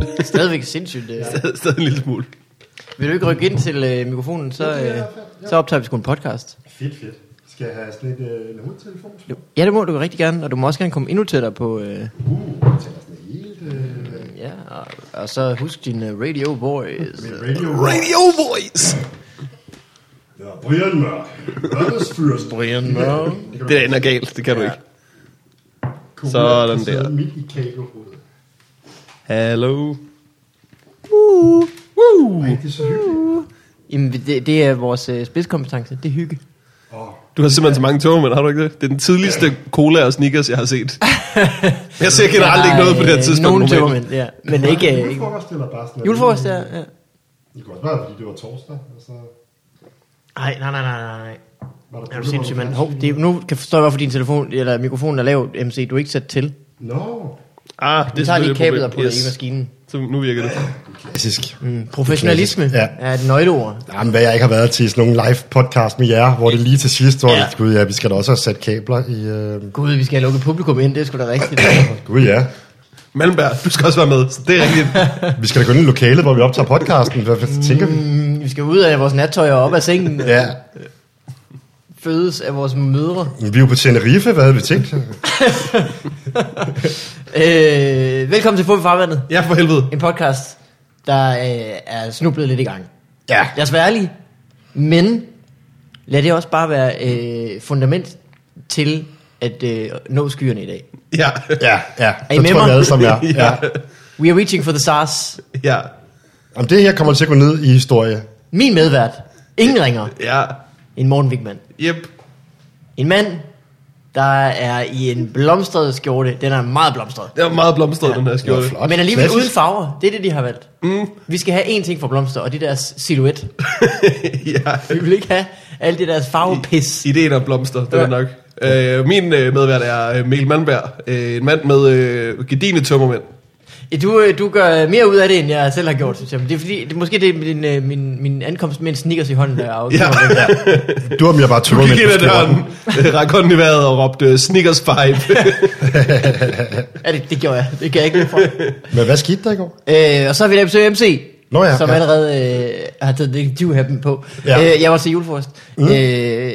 Det er stadigvæk sindssygt. Øh. Stadig, stadig en lille smule. Vil du ikke rykke ind til øh, mikrofonen, så, Ja, det er øh, i hvert fald, ja. så optager vi sgu en podcast. Fedt, fedt. Skal jeg have sådan et, øh, en hovedtelefon? Jo. Ja, det må du rigtig gerne, og du må også gerne komme endnu tættere på... Øh, Uh, jeg tager sådan helt... Øh, ja, og, og så husk din øh, radio voice. min radio. Radio Voice! Ja, Brian Mørk. Verdensfyrst. Brian Mørk. Det der ender galt, det kan du ikke. Sådan Sådan der. der. Midt i kagehovedet. Hallo. Woo. Woo. Ej, det er så hyggeligt. Jamen, det, det er vores øh, spidskompetence, det er hygge. Åh, Du har simpelthen så mange tog, men har du ikke det? Det er den tidligste cola og sneakers, jeg har set. Jeg ser generelt ikke noget på det her tidspunkt. Nogle normalt. Øh, tømmermænd, ja. Men ikke... Øh, ikke. julefrokost eller bare sådan Julefrokost, ja. ja. Det kunne også være, fordi det var torsdag, og så Ej, nej, nej, nej, nej. var der... Er du sindssyg, mand? Hov, det, er- nu kan jeg forstå, hvorfor din telefon, eller mikrofonen er lav, MC. Du er ikke sat til. Nå, Ah, det Du er tager lige selvfølgelig et kablet og problem. putter yes. i yes. maskinen. Så nu virker det. Klassisk. Mm, professionalisme Ja. er et nøgleord. Jamen, hvad jeg ikke har været til sådan nogle live podcast med jer, hvor det lige til sidst var, Ja. ja. gud ja, vi skal da også have sat kabler i... Øh... Gud, vi skal have lukket publikum ind, det er sgu da rigtigt. Gud ja. Malmberg, du skal også være med. Så det er rigtigt. Vi skal da gå ind i lokalet, hvor vi optager podcasten. Hvad hvad tænker vi? Mm, vi skal ud af vores nattøj og op af sengen. Ja. Fødes af vores mødre. Vi er jo på Tenerife, hvad havde vi tænkt? Øh, velkommen til Fubi Farvandet. Ja, for helvede. En podcast, der øh, er snublet lidt i gang. Ja. Lad os være ærlige. Men lad det også bare være øh, fundament til at øh, nå skyerne i dag. Ja, Ja, ja. Er I Så med tror mig? jeg, vi alle sammen er. Ja. Ja. We are reaching for the stars. ja, Om det her kommer til at gå ned i historie. Min medvært. Ingen ringer. ja. En Morten Wigman. Yep. En mand, der er i en blomstret skjorte. Den er meget blomstret. Det var meget blomstret, ja. den her Det var skjorte. flot. Men alligevel Klassisk. uden farver. Det er det, de har valgt. Mm. Vi skal have én ting for blomster, og det er deres silhuet. ja. Vi vil ikke have alt det deres farvepis. Ideen om blomster, det Ja. var nok. Øh, min øh, medvært er øh, Mikkel Malmberg. Øh, en mand med øh, gedine tømmermænd. Du, øh, du gør mere ud af det, end jeg selv har gjort, synes jeg. Men det er fordi, det, måske det er min, øh, min, min ankomst med en sneakers i hånden, der Ja. afgiver ja. Du har mere bare Du tømmer gik ind ad døren, øh, rak hånden i vejret og råbte øh, Snickers 5. ja, det, det gjorde jeg. Det kan jeg ikke lide for. Men hvad skete der i går? øh, og så har vi da besøg MC, Nå ja, som ja. allerede øh, har taget detektivhappen på. Ja. Ja. Øh, jeg var til julefrokost. Mm. Øh,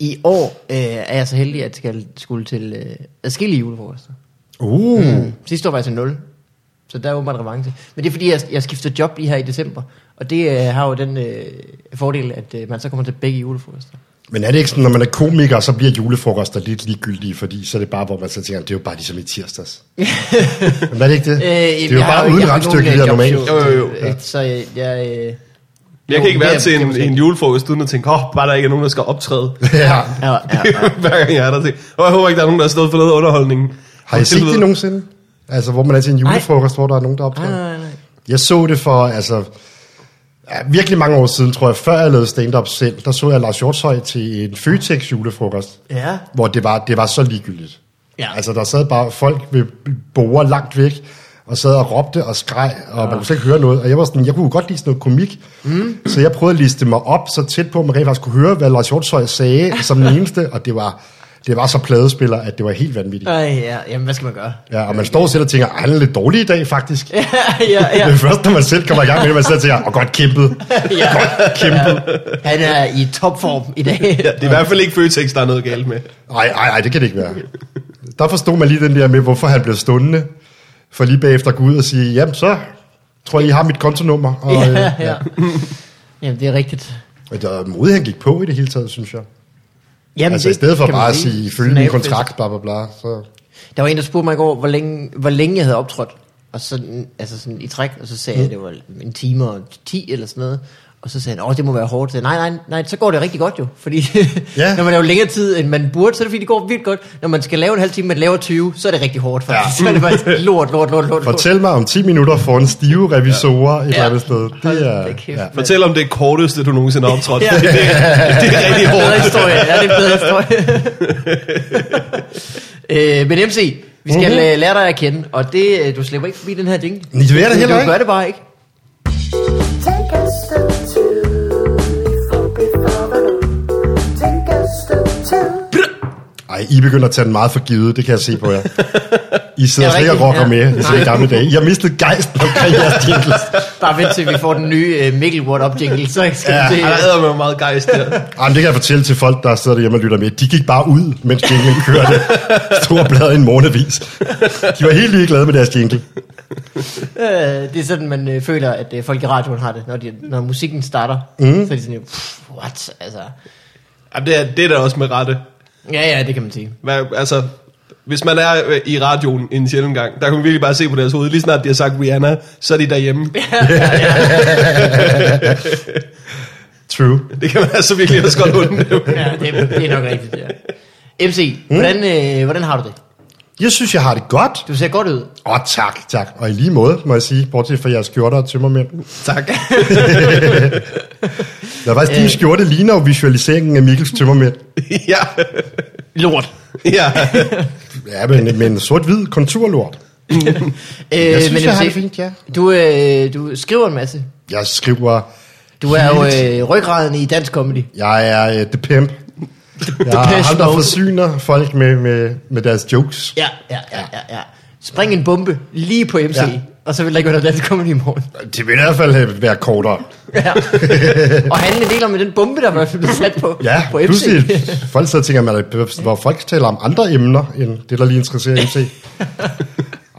I år øh, er jeg så heldig, at jeg skulle til øh, adskillige julefrokoster. Uh, Mm. Sidste år var jeg til 0. Så der er åbenbart revanche. Men det er fordi, jeg, jeg skifter job lige her i december. Og det øh, har jo den øh, fordel, at øh, man så kommer til begge julefrokoster. Men er det ikke sådan, når man er komiker, så bliver julefrokoster lidt ligegyldige, fordi så er det bare, hvor man så tænker, det er jo bare ligesom i tirsdags. Men er det ikke det? Øh, det er jo jeg har bare uden jeg har randstykke, nogen øh, det der normalt. jobshow. Jo, jo, jo. Øh, Så jeg... jeg øh, Jeg kan jo, ikke det være er- til det er en, måske- en julefrokost uden at tænke, åh, oh, bare der ikke er nogen, der skal optræde. ja. Ja, ja, ja. Hver gang jeg er der, tænker, åh, jeg håber ikke, der er nogen, der har stået for noget af underholdningen. Har I set det nogensinde? Altså, hvor man er til en julefrokost, hvor der er nogen, der Nej, optræder? nej, nej. Jeg så det for, altså, ja, virkelig mange år siden, tror jeg, før jeg lavede stand-up selv, der så jeg Lars Hjortshøj til en Føtex julefrokost, Ja. hvor det var, det var så ligegyldigt. Ja. Altså, der sad bare folk ved borer langt væk, og sad og råbte og skreg, og Ah. man kunne slet ikke høre noget. Og jeg var sådan, jeg kunne jo godt lide sådan noget komik, mm. så jeg prøvede at liste mig op så tæt på, at man rent faktisk kunne høre, hvad Lars Hjortshøj sagde som den eneste, og det var, det var så pladespiller, at det var helt vanvittigt. Ej, ja. Jamen, hvad skal man gøre? Ja, og man står selv og tænker, "Ej, han er lidt dårlig i dag, faktisk. Ja. ja, ja. Det er først, når man selv kommer i gang med det, man selv tænker, åh, oh, godt kæmpet. ja. Kæmpe. Ja. Han er i topform i dag. Ja, det er i hvert fald ikke Føtex, der er noget galt med. Ej, ej, ej, det kan det ikke være. Der forstod man lige den der med, hvorfor han blev stående, for lige bagefter at gå ud og sige, jamen så tror jeg, I har mit kontonummer. Og, øh, ja, ja. Jamen, det er rigtigt. Men der er modigt, han gik på i det hele taget, synes jeg. Jamen, altså i det stedet for kan man bare at sige, følge min Snabelfisk. kontrakt, bla bla bla. Så. Der var en, der spurgte mig i går, hvor længe, hvor længe jeg havde optrådt. Og sådan, altså sådan i træk, og så sagde Mm. jeg, at det var en time og ti eller sådan noget. Og så sagde han, åh, det må være hårdt. Så, nej, nej, nej, så går det rigtig godt jo. Fordi ja. Ja. når man laver længere tid, end man burde, så er det fordi, det går vildt godt. Når man skal lave en halv time, man laver 20, så er det rigtig hårdt faktisk. Ja. Så er det faktisk lort, lort, lort, lort. lort. Fortæl mig om 10 minutter foran stive revisorer ja. et eller andet sted. Det da er, kæft, ja. Fortæl om det korteste, du nogensinde har optrådt. Ja. ja. det, er, det er rigtig bedre hårdt. historie. Ja, det er en bedre historie. øh, men MC, vi skal mm-hmm. lære dig at kende, og det, øh, du slipper ikke forbi den her jingle. Men Mhm. det vil jeg da Du- heller Du ikke. gør det bare ikke. Take us to two, before before the Take us to two. Ej, I begynder at tage den meget for givet, det kan jeg se på jer. I sidder Er det slet ikke og rocker rigtigt? med, Ja. det er i gamle dage. Jeg mistede gejsten omkring jeres jingles. Bare vent til vi får den nye uh, Mikkel Ward opjingle, så skal øh, Ja, ja, vi se. Han æder med meget gejst der. Jamen, det kan jeg fortælle til folk, der sidder derhjemme og lytter med. De gik bare ud, mens jinglen kørte. Store blad i en månedvis. De var helt ligeglade med deres jingle. Øh, det er sådan, man øh, føler, at øh, folk i radioen har det, når, de, når musikken starter. Mm. Så er de sådan, jo, pff, what? Altså, Jamen, det, er, det er da også med rette. ja, ja, det kan man sige. Hvad, altså, hvis man er øh, i radioen en sjældent gang, der kan man virkelig bare se på deres hoved. Lige snart de har sagt Rihanna, så er de derhjemme. True. Det kan man altså virkelig også godt undgå. Ja, det, det er nok rigtigt, ja. MC, mm. hvordan, øh, hvordan har du det? Jeg synes, jeg har det godt. Du ser godt ud. Åh, oh, tak, tak. Og i lige måde, må jeg sige, bortset fra jeres skjorter og tømmermænd. tak. Der var Øh. din skjorte ligner jo visualiseringen af Mikkels tømmermænd. ja. Lort. ja. Ja, men, men sort-hvid konturlort. Øh, Jeg synes, jeg har det fint, ja. Du, øh, du skriver en masse. Jeg skriver... Du er jo Helt. øh, ryggraden i dansk comedy. Jeg er uh, The Pimp. Jeg er Depeche ham, der Mode. forsyner folk med, med, med deres jokes. Ja, ja, ja, ja, ja. Spring en bombe lige på MC, ja. Ja. og så vil der ikke være noget dansk comedy i morgen. Det vil i hvert fald øh, være kortere. Ja. og han deler med den bombe, der var blevet sat på, Ja, på MC. pludselig folk sidder og tænker, man, er- hvor folk taler om andre emner, end det, der lige interesserer MC.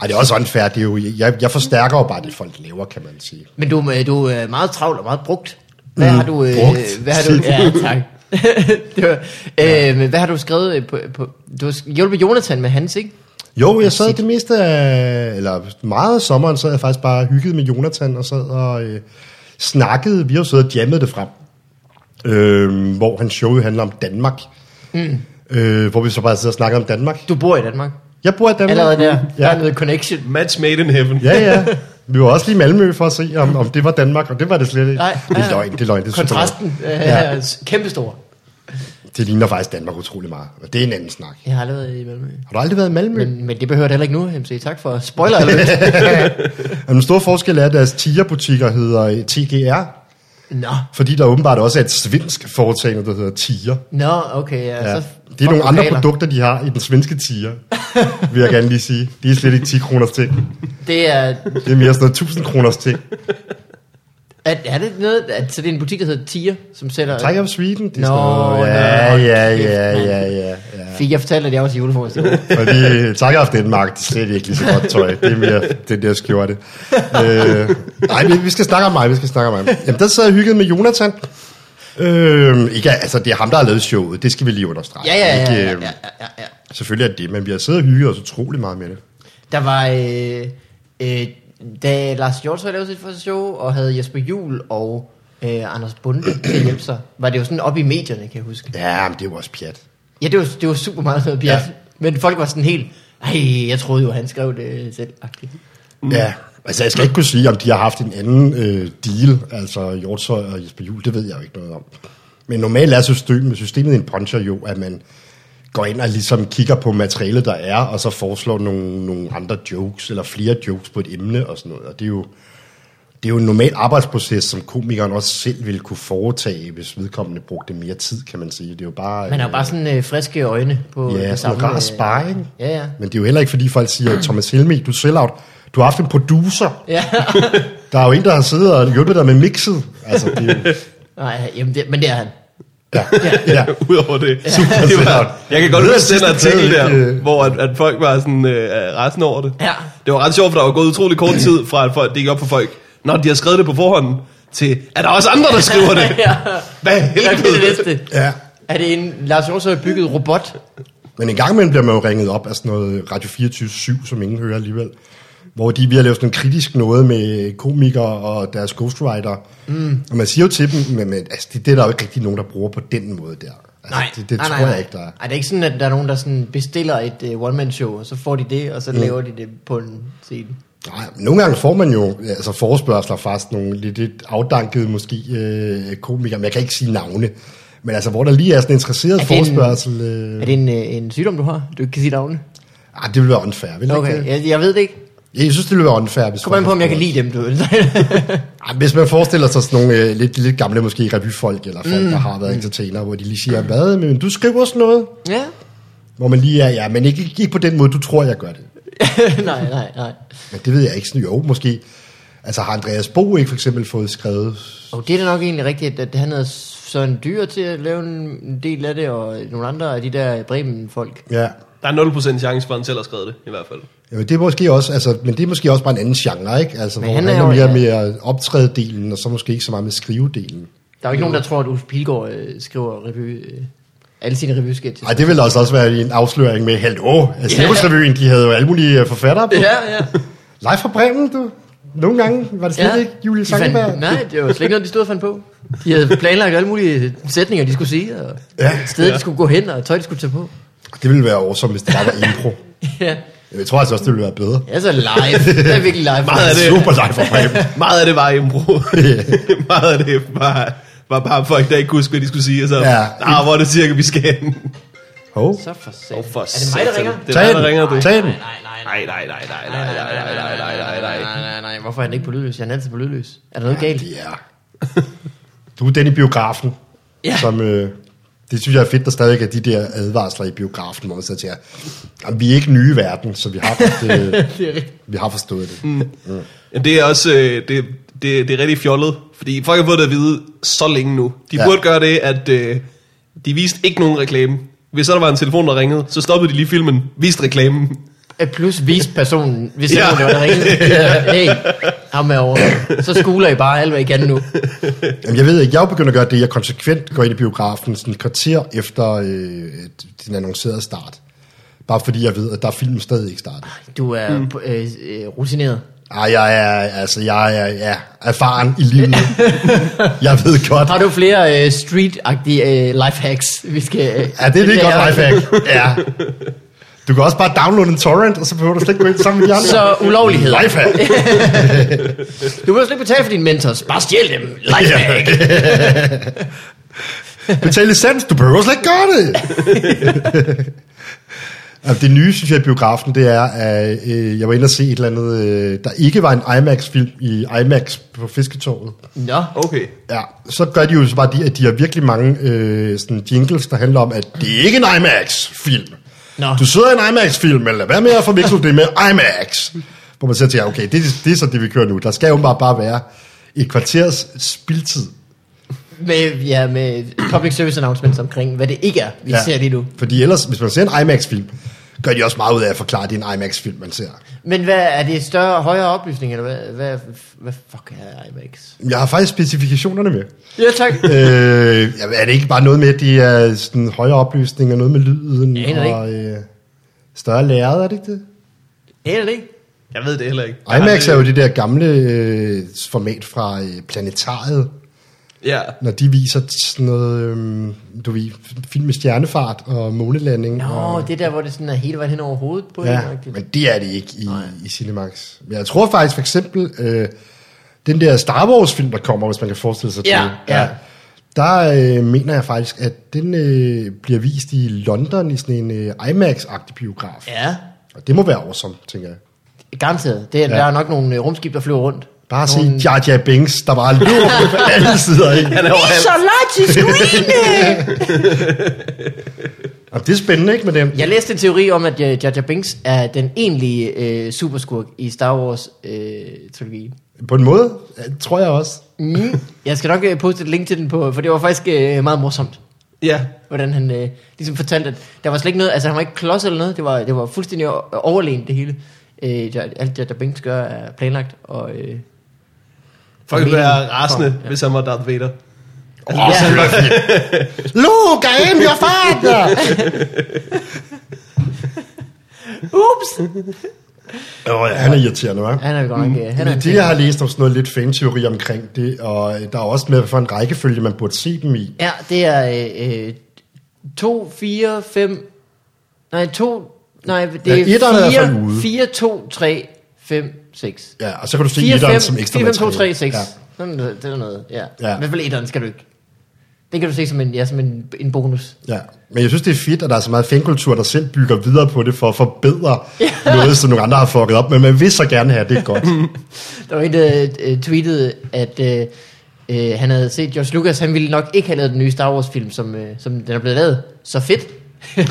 Ej, det er også unfair. Det er jo, jeg, jeg forstærker jo bare det, folk laver, kan man sige. Men du, øh, du er meget travl og meget brugt. Hvad Mm, har du... Øh, brugt. Hvad har du ja, tak. det var, øh, men hvad har du skrevet øh, på, på... Du har sk- hjulpet Jonathan med hans, ikke? Jo, jeg sad det meste af, eller meget af sommeren, sad jeg faktisk bare hygget med Jonathan og sad og øh, snakkede. Vi har jo siddet og jammet det frem, øh, hvor hans show jo handler om Danmark. Mm. Øh, hvor vi så bare sidder og snakker om Danmark. Du bor i Danmark. Jeg bor i Danmark. Allerede der. Der er Mm. Ja, noget connection. Match made in heaven. Ja, ja. Vi var også lige i Malmø for at se, om, om det var Danmark, og det var det slet ikke. Nej, det ja. er løgn, det er løgn. Det er super Kontrasten øh, Ja. er kæmpestor. løgn. Det ligner faktisk Danmark utrolig meget, og det er en anden snak. Jeg har aldrig været i Malmø. Har du aldrig været i Malmø? Men... Men, men det behøver det heller ikke nu, MC. Tak for spoiler alert. Den store forskel er, at deres tigerbutikker hedder øh, TGR, Nå, fordi der åbenbart også er et svensk foretagende, der hedder Tiger. Nå, okay. Ja. Ja. Så Det er nogle fuck andre lokaler. produkter, de har i den svenske tiger, vil jeg gerne lige sige. Det er slet ikke 10 kroners ting. Det er, Det er mere sådan noget 1000 kroners ting. er, er det noget, at, så det er en butik, der hedder Tia, som sælger... Tiger of Sweden, det er Nå, sådan noget. Ja, nå, ja, kæft, ja, mand. ja, ja, ja. Fik jeg fortalt, at jeg var til julefrokost? i år? Fordi tak af Danmark, det er slet ikke lige så godt tøj. Det er mere den der skjorte. Øh, nej, vi, vi skal snakke om mig, vi skal snakke om mig. Jamen, der sad jeg hygget med Jonathan. Øh, ikke, altså, det er ham, der har lavet showet. Det skal vi lige understrege. ja, ja, ja, Ikke, ja, øh, ja, ja, ja, ja. Selvfølgelig er det, men vi har siddet og hygget os utrolig meget med det. Der var... Øh, øh, da Lars Hjortøj lavede sit første show, og havde Jesper Juhl og øh, Anders Bunde til at hjælpe sig, var det jo sådan op i medierne, kan jeg huske. Ja, men det er jo også pjat. Ja, det var, det var super meget noget pjat. Ja. Ja. Men folk var sådan helt... Ej, jeg troede jo, han skrev det selv. agtigt." Mm. Ja, altså jeg skal ikke kunne sige, om de har haft en anden øh, deal, altså Hjortøj og Jesper Juhl, det ved jeg jo ikke noget om. Men normalt er systemet, systemet i en puncher jo, at man går ind og ligesom kigger på materialet, der er, og så foreslår nogle, nogle andre jokes, eller flere jokes på et emne og sådan noget. Og det er jo, det er jo en normal arbejdsproces, som komikeren også selv ville kunne foretage, hvis vedkommende brugte mere tid, kan man sige. Det er jo bare... Man har jo bare sådan øh, friske øjne på Ja, det sådan samme. noget rar øh, sparring. Ja, ja. Men det er jo heller ikke, fordi folk siger, Thomas Helmi, du er sellout. Du har haft en producer. Ja. Der er jo en, der har siddet og hjulpet dig med mixet. Altså, det er jo... Nej, jamen det, men det er han. Ja, ja. Udover det. Super det sællert. var, jeg kan godt huske den sidste øh. artikel plade, der, ikke? hvor at, at folk var sådan øh, resten over det. Ja. Det var ret sjovt, for der var gået utrolig kort tid fra, at folk, det gik op for folk. Når de har skrevet det på forhånd, til, er der også andre, der skriver det? ja. Hvad Hvad bliver det helvede? næste? ja. Er det en Lars Hjortøj bygget robot? Men en gang imellem bliver man jo ringet op af sådan noget Radio 24-7, som ingen hører alligevel. Hvor de vi har lavet sådan en kritisk noget med komikere og deres ghostwriter. Mm. Og man siger jo til dem, men, men altså, det, det er der jo ikke rigtig nogen, der bruger på den måde der. Altså, det, det tror jeg ikke, der er. Ej, det er ikke sådan, at der er nogen, der sådan bestiller et uh, one-man-show, og så får de det, og så mm. laver de det på en scene. Nej, men nogle gange får man jo altså forespørgseler fra sådan nogle lidt, lidt afdankede måske øh, komikere, men jeg kan ikke sige navne. Men altså, hvor der lige er sådan en interesseret Er det en- forespørgsel... Mm. Øh, Er det en, uh, en sygdom, du har? Du ikke kan sige navne? ah, det ville være unfair, vil okay. ikke Okay, det? jeg, jeg ved det ikke. Jeg synes, det ville være unfair, hvis Kom an folk på, om jeg kan havde lide dem, du. spurgt. Ah, Hvis man forestiller sig sådan nogle øh, lidt, lidt gamle måske revyfolk, eller folk, mm. der har været entertainer, hvor de lige siger, hvad, men du skriver sådan noget, ja. hvor man lige er, ja, men ikke, ikke på den måde, du tror, jeg gør det. nej, nej, nej. Men det ved jeg ikke. Sådan, jo, måske. Altså har Andreas Bo ikke for eksempel fået skrevet... Og det er da nok egentlig rigtigt, at han havde Søren Dyr til at lave en en del af det, og nogle andre af de der Bremen-folk. Ja. Der er 0% chance for, at han selv har skrevet det, i hvert fald. Jamen, det er måske også, altså, men det er måske også bare en anden genre, ikke? Altså, Men hvor han han er er jo- mere med optrædedelen, og så måske ikke så meget med skrivedelen. Der er jo ikke nogen, der tror, at Uffe Pilgaard øh, skriver revy, øh, alle sine revysketches. Ej, det ville altså også være en afsløring med helt åh, altså, Ja. yeah. de havde jo alle mulige øh, forfattere på. Ja, ja. Live fra Bremen, du. Nogle gange var det slet ja. ikke Julie De fandt- Sangeberg. Nej, det var slet ikke noget, de stod og fandt på. De havde planlagt alle mulige sætninger, de skulle sige, og ja, steder, ja. de skulle gå hen, og tøj, de skulle tage på. Det ville være awesome, hvis det bare var impro. Ja, Jeg tror altså også, det ville være bedre. ja så live. Det er virkelig live. Meget af det. Super live fra Bremen. Meget af det var impro. Meget af det var, var bare folk, der ikke kunne huske, hvad de skulle sige. Og så, Ja. ja. ah, hvor er det cirka, vi skal hen. Åh, Hov. Så for satan. for er det mig, der satan. ringer? Det er mig, Tag den. der ringer, du. Tag den. Nej, nej, Nej, nej, nej, nej, nej, nej, nej, nej, nej, nej, nej, nej. nej, nej, nej. Hvorfor er han ikke på lydløs? Han er altid på lydløs. Er der noget galt? Ja. Du er den i biografen, Ja. ja. som... Øh, det synes jeg er fedt, der stadig er de der advarsler i biografen, hvor man så siger, "Jamen, vi er ikke nye i verden, så vi har, det, vi har forstået det. Mm. Jamen, det er også øh, det, det, det er rigtig fjollet, fordi folk har fået det at vide så længe nu. De Ja. ja. burde gøre det, at øh, de viste ikke nogen reklame. Hvis så der var en telefon, der ringede, så stoppede de lige filmen, viste reklamen. At plus vise personen, hvis Ja. ja. det var der ringede. Ja. Hey, ham er over. Så skuler I bare alt, hvad I kan nu. Jamen, jeg ved ikke, jeg er jo begyndt at gøre det, jeg konsekvent går ind i biografen sådan et kvarter efter øh, den annoncerede start. Bare fordi jeg ved, at der er film stadig ikke startet. Du er mm. øh, øh, rutineret. Ej, jeg er, altså, jeg er, jeg er erfaren i livet. jeg ved godt, Har du flere øh, street-agtige øh, lifehacks, vi skal... Øh, Ja, det er lige godt lifehack. Ja. Du kan også bare downloade en torrent, og så behøver du slet ikke gå ind sammen med de andre. Så ulovligheder. Lifehack. Du behøver slet ikke betale for dine mentors. Bare stjæl dem. Lifehack. Betal licens, du behøver slet ikke gøre det. Altså, det nye, synes jeg, i biografen, det er, at øh, jeg var inde og se et eller andet, øh, der ikke var en IMAX-film i IMAX på Fisketorvet. Nå. Okay. Ja, så gør de jo så bare det, at de har virkelig mange øh, sådan jingles, der handler om, at det er ikke en IMAX-film. Nå. Du sidder i en IMAX-film, men lad være med at forveksle det med IMAX. Hvor man så tænker, okay, det, det er så det, vi kører nu. Der skal jo bare, bare være et kvarters spildtid. Med, ja, med public service announcements omkring, hvad det ikke er, vi ja. ser lige nu. Fordi ellers, hvis man ser en IMAX-film, gør de også meget ud af at forklare, at det er en IMAX-film, man ser. Men hvad, er det større, højere oplysning, eller hvad, hvad, hvad fuck er IMAX? Jeg har faktisk specifikationerne med. Ja, tak. øh, jamen, er det ikke bare noget med, at de er sådan højere oplysning og noget med lyden Jeg aner det og øh, større lærred, er det ikke det? Eller ikke? Jeg ved det heller ikke. Jeg har IMAX aldrig- er jo det der gamle øh, format fra øh, Planetariet, Ja. når de viser sådan noget, øh, du ved, film med stjernefart og månelanding. Nå, og, det er der, hvor det sådan er hele vejen hen over hovedet på ja, en, rigtigt. men det er det ikke i, i Cinemax. Men jeg tror faktisk for eksempel, øh, den der Star Wars film, der kommer, hvis man kan forestille sig Ja, det. ja. Der øh, mener jeg faktisk, at den øh, bliver vist i London i sådan en øh, IMAX-agtig biograf. Ja. Ja, Og det må være awesome, tænker jeg. garanteret. Det er, ja. Ja. Der er nok nogle øh, rumskib, der flyver rundt. Bare se Nogle- Jar Jar Binks, der bare løber på alle sider. Ikke? Han er overalt. Og det er spændende, ikke, med dem? Jeg læste en teori om, at øh, Jar Jar Binks er den egentlige øh, superskurk i Star øh, Wars-trilogien. På en måde, øh, tror jeg også. mm. Jeg skal nok øh, poste et link til den på, for det var faktisk øh, meget morsomt. Ja. hvordan han øh, ligesom fortalte, at der var slet ikke noget, altså han var ikke klods eller noget, det var, det var fuldstændig o- overlegent det hele. Øh, der, alt det, der Binks gør, er planlagt, og øh, Folk ville være Meningen. rasende, Ja. hvis han var Darth Vader. Åh, ja. Altså, det var fint. Luke, I am your father! ups! Åh, ja, han er irriterende, hva'? Han er godt nok, øh, han er Mm. Men det, jeg har læst om sådan noget lidt fanteori omkring det, og øh, der er også med, hvad for en rækkefølge man burde se dem i. Ja, det er øh, 2, 4, 5, nej 2, nej det Ja, etteren er i hvert er fald ude. 4, 4, 2, 3, 5, 6. Ja, og så kan du se 4, etteren 5, som ekstra 4, 5, 2, 3, materiale. 6. Ja. Sådan, noget- det er noget, ja. Ja. I hvert fald etteren skal du ikke. Det kan du se som en, ja, som en, en bonus. Ja, men jeg synes, det er fedt, at der er så meget fankultur, der selv bygger videre på det for at forbedre noget, som nogle andre har fucket op med. Man vil så gerne have, at det er godt. Der var en, der øh, tweetede, at øh, øh, han havde set George Lucas, han ville nok ikke have lavet den nye Star Wars film, som, øh, som den er blevet lavet. Så fedt.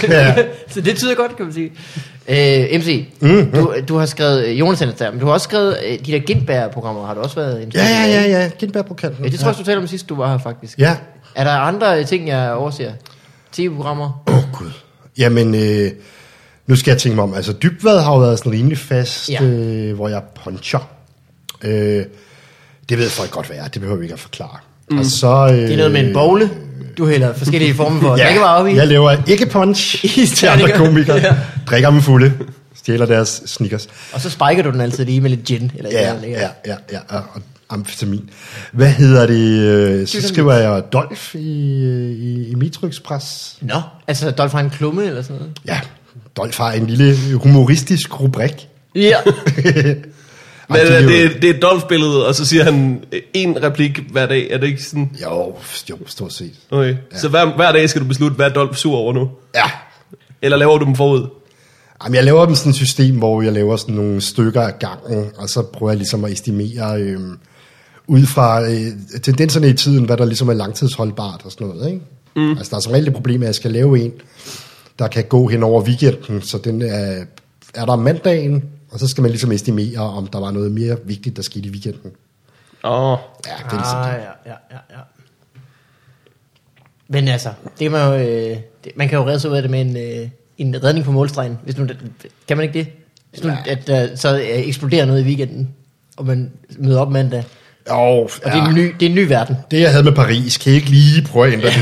Ja. så det tyder godt, kan man sige. Øh, MC, mm, du, du har skrevet, øh, Jonas Anders der, men du har også skrevet, øh, de der Gindberg-programmer har du også været Ja, interesseret ja, i. ja, ja. Gindberg på kanten. ja. Det tror jeg, også, du talte om sidst, du var her faktisk. Ja. Er der andre øh, ting, jeg overser? TV-programmer? Åh, oh, Gud. Jamen, øh, nu skal jeg tænke mig om. Altså, Dybvad har jo været sådan rimelig fast, Ja. ja. øh, hvor jeg puncher. Øh, det ved folk godt, hvad er. Det behøver vi ikke at forklare. Mm. Og så, øh, Det er noget med en bogle, du hælder forskellige former for ja, drikkevarer op i. Jeg laver ikke punch I til andre terninger. komikere. Ja. ja. Drikker dem fulde. Stjæler deres sneakers. Og så spiker du den altid lige med lidt gin. Eller et Ja, eller andet, ikke? ja, ja, ja. Og og amfetamin. Hvad hedder det? øh, Så skriver jeg Dolf i, øh, i, i Mitrykspres. Nå, altså Dolph har en klumme eller sådan noget. Ja, Dolf har en lille humoristisk rubrik. Ja. Ej, Men øh, det er øh, det, jo- det, er- det er et Dolph-billede, og så siger han øh, en replik hver dag. Er det ikke sådan? Jo, jo, stort set. Okay. Ja. Så hver, hver dag skal du beslutte, hvad er Dolph sur over nu? Ja. Eller laver du dem forud? Jamen, jeg laver dem sådan et system, hvor jeg laver sådan nogle stykker af gangen, og så prøver jeg ligesom at estimere øh, ud fra øh, tendenserne i tiden, hvad der ligesom er langtidsholdbart og sådan noget, ikke? Mm. Altså, der er som regel det problem, at jeg skal lave en, der kan gå hen over weekenden, så den er, er der om mandagen, og så skal man ligesom estimere, om der var noget mere vigtigt, der skete i weekenden. Åh, oh, Ja, det er ligesom ah, det. ja, ja, ja, ja. Men altså, det er man, jo, øh, det, man kan jo redde sig ud af det med en, øh, en redning på målstregen. Hvis nu, kan man ikke det? Hvis nu, at der så øh, eksploderer noget i weekenden, og man møder op mandag. Jo, Og ja. det, er en ny, det er en ny verden. Det jeg havde med Paris, kan I ikke lige prøve at ændre det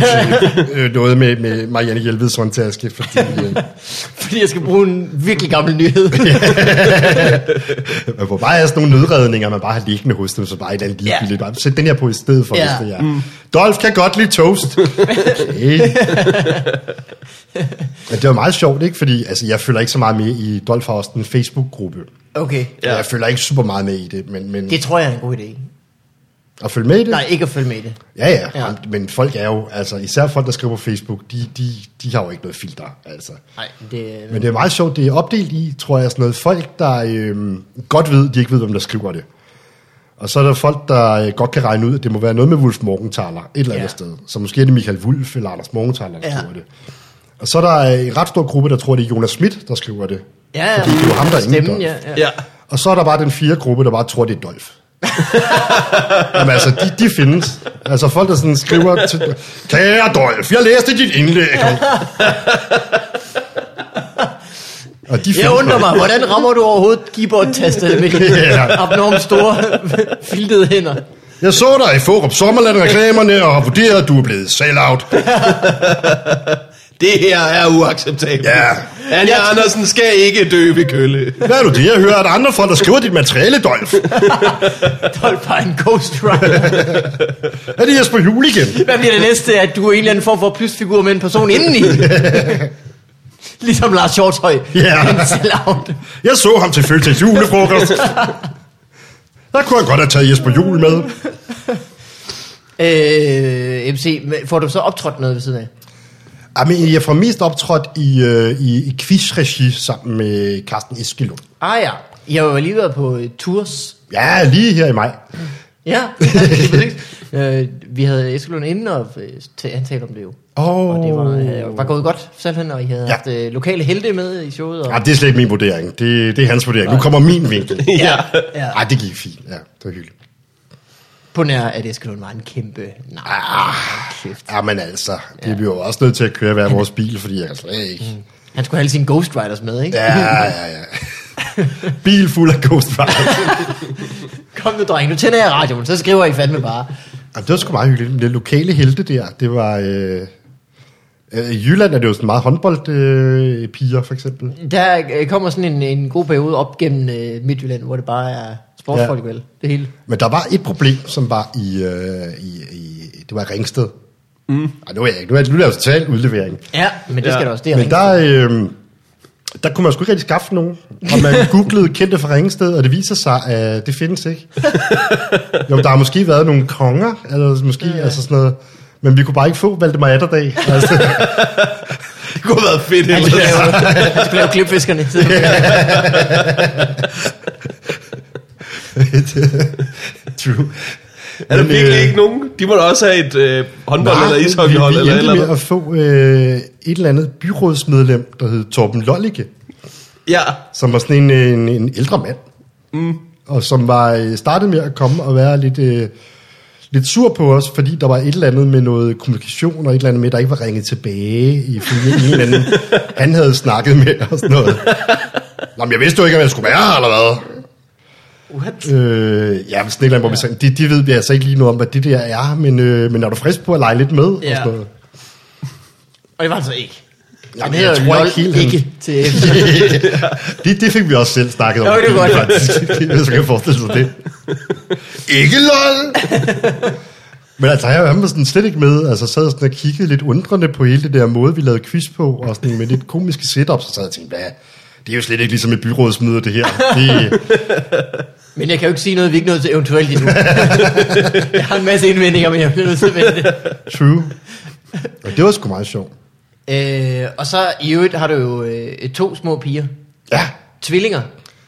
til øh, noget med, med Marianne Hjelveds håndtaske, fordi øh, Fordi jeg skal bruge en virkelig gammel nyhed. man får bare have sådan nogle nødredninger, man bare har liggende hos dem, så bare et eller andet Ja. ligegyldigt. Bare sæt den her på i stedet for, Ja. ja. hvis det er. Mm. Dolph kan godt lide toast. Okay. Men det var meget sjovt, ikke? Fordi altså, jeg følger ikke så meget med i Dolph har også en Facebook-gruppe. Okay. Ja. Ja. Jeg følger ikke super meget med i det, men, men Det tror jeg er en god idé. at følge med i det? Nej, ikke at følge med i det. Ja, ja, Ja. ja. Men folk er jo, altså især folk, der skriver på Facebook, de, de, de har jo ikke noget filter, altså. Nej, det, Men det er meget sjovt, det er opdelt i, tror jeg, sådan noget folk, der øhm, godt ved, de ikke ved, hvem der skriver det. Og så er der folk, der øh, godt kan regne ud, at det må være noget med Wolf Morgenthaler, et eller andet Ja. ja. sted. Så måske er det Michael Wolf eller Anders Morgenthaler, der Ja. ja. skriver det. Og så er der øh, en ret stor gruppe, der tror, det er Jonas Schmidt, der skriver det. ja, ja. Fordi det er jo ham, der er inde i Stemmen, ja, Dolph. ja. ja. Og så er der bare den fjerde gruppe, der bare tror, det er Dolf. Jamen altså, de, de findes. Altså folk, der sådan skriver til, Kære Dolf, jeg læste dit indlæg. Og de findes Jeg undrer bare. mig, hvordan rammer du overhovedet keyboard-tastet med dine Ja. abnormt store filtede hænder? Jeg så dig i Forup Sommerland-reklamerne og har vurderet, at du er blevet sell-out. Det her er uacceptabelt. Ja. Anja Andersen skal ikke dø ved kølle. Hvad er du det? Jeg hører, at andre folk, der skriver dit materiale, Dolf. Dolph har en ghostwriter. Er det Jesper Jul igen? Hvad bliver det næste, at du er en eller anden form for plusfigur med en person indeni? ligesom Lars Hjortøj. Ja. Han selv out. Jeg så ham til Føtex julefrokost. Der kunne jeg godt have taget Jesper Jul med. Øh, MC, men får du så optrådt noget ved siden af? Jamen, jeg får mest optrådt i, øh, i, i quizregi sammen med Carsten Eskilund. Ah ja, jeg har jo lige været på øh, tours. Ja, lige her i maj. Ja, ja, præcis. øh, vi havde Eskelund inde, og øh, t- han talte om det jo. Åh. Og det var, øh, var gået godt, selv han, og I havde ja. Ja. haft øh, lokale helte med i showet. Og, Ja, det er slet ikke min vurdering. Det, det er hans vurdering. Nu kommer min vinkel. Ja. ja. Ej, det gik fint. Ja, det var hyggeligt. På nær, at Eskelund var en kæmpe... Nej, Ah. hold kæft. Ja, men altså, det bliver jo også nødt til at køre hver vores bil, fordi jeg kan slet ikke... Han skulle have alle sine ghostwriters med, ikke? Ja, ja, ja. Bil fuld af ghostfire. Kom nu, dreng, nu tænder jeg radioen, så skriver I fandme bare. Jamen, det var sgu meget hyggeligt. Det lokale helte der, det var... Øh, øh, I Jylland er det jo sådan meget håndboldpiger, øh, piger, for eksempel. Der øh, kommer sådan en, en god periode op gennem øh, Midtjylland, hvor det bare er sportsfolk, ja. Ja. vel? Det hele. Men der var et problem, som var i, øh, i, i det var i Ringsted. Mm. Ej, nu er jeg ikke, nu er, nu er det jo total udlevering. Ja, men det ja. Ja. skal der også. Det er Men der, øh, der kunne man sgu ikke rigtig skaffe nogen. Og man googlede kendte fra Ringsted, og det viser sig, at det findes ikke. jo, der har måske været nogle konger, eller måske ja. altså sådan noget. Men vi kunne bare ikke få Valdemar Atterdag. Altså, Det kunne have været fedt. Han ellers. skulle lave, han skulle lave klipfiskerne. True. Er der Men, virkelig øh, ikke nogen? De må da også have et øh, håndbold Nej, eller men ishockeyhold vi, vi eller et endte eller med andet. at få øh, et eller andet byrådsmedlem, der hed Torben Lollicke, Ja, som var sådan en, øh, en, en ældre mand, mm. og som var øh, startet med at komme og være lidt, øh, lidt sur på os, fordi der var et eller andet med noget kommunikation, og et eller andet med, der ikke var ringet tilbage, i følge en eller anden, han havde snakket med, og sådan noget. Nå, men jeg vidste jo ikke, om jeg skulle være her, eller hvad? What? Øh, ja, men sådan et eller andet, hvor vi sagde, de, de ved vi altså ikke lige noget om, hvad det der er, men, øh, men er du frisk på at lege lidt med? Ja. Og sådan noget. Og det var han så ikke. Jamen, Han jeg hedder tror LOL ikke helt, han- ikke til det, det fik vi også selv snakket om. Jo, det er godt. Jeg skal forestille sig det. Ikke lol! Men altså, jeg var sådan slet ikke med. Altså, sad sådan og kiggede lidt undrende på hele det der måde, vi lavede quiz på, og sådan med lidt komiske setup, så sad jeg og tænkte, hvad? Det er jo slet ikke ligesom et byrådsmøde, det her. Det, Men jeg kan jo ikke sige noget, vi er ikke nødt til eventuelt endnu. jeg har en masse indvendinger, men jeg bliver nødt til at vente. true. Og det var sgu meget sjovt. Øh, og så i øvrigt har du jo øh, to små piger. Ja, Tvillinger.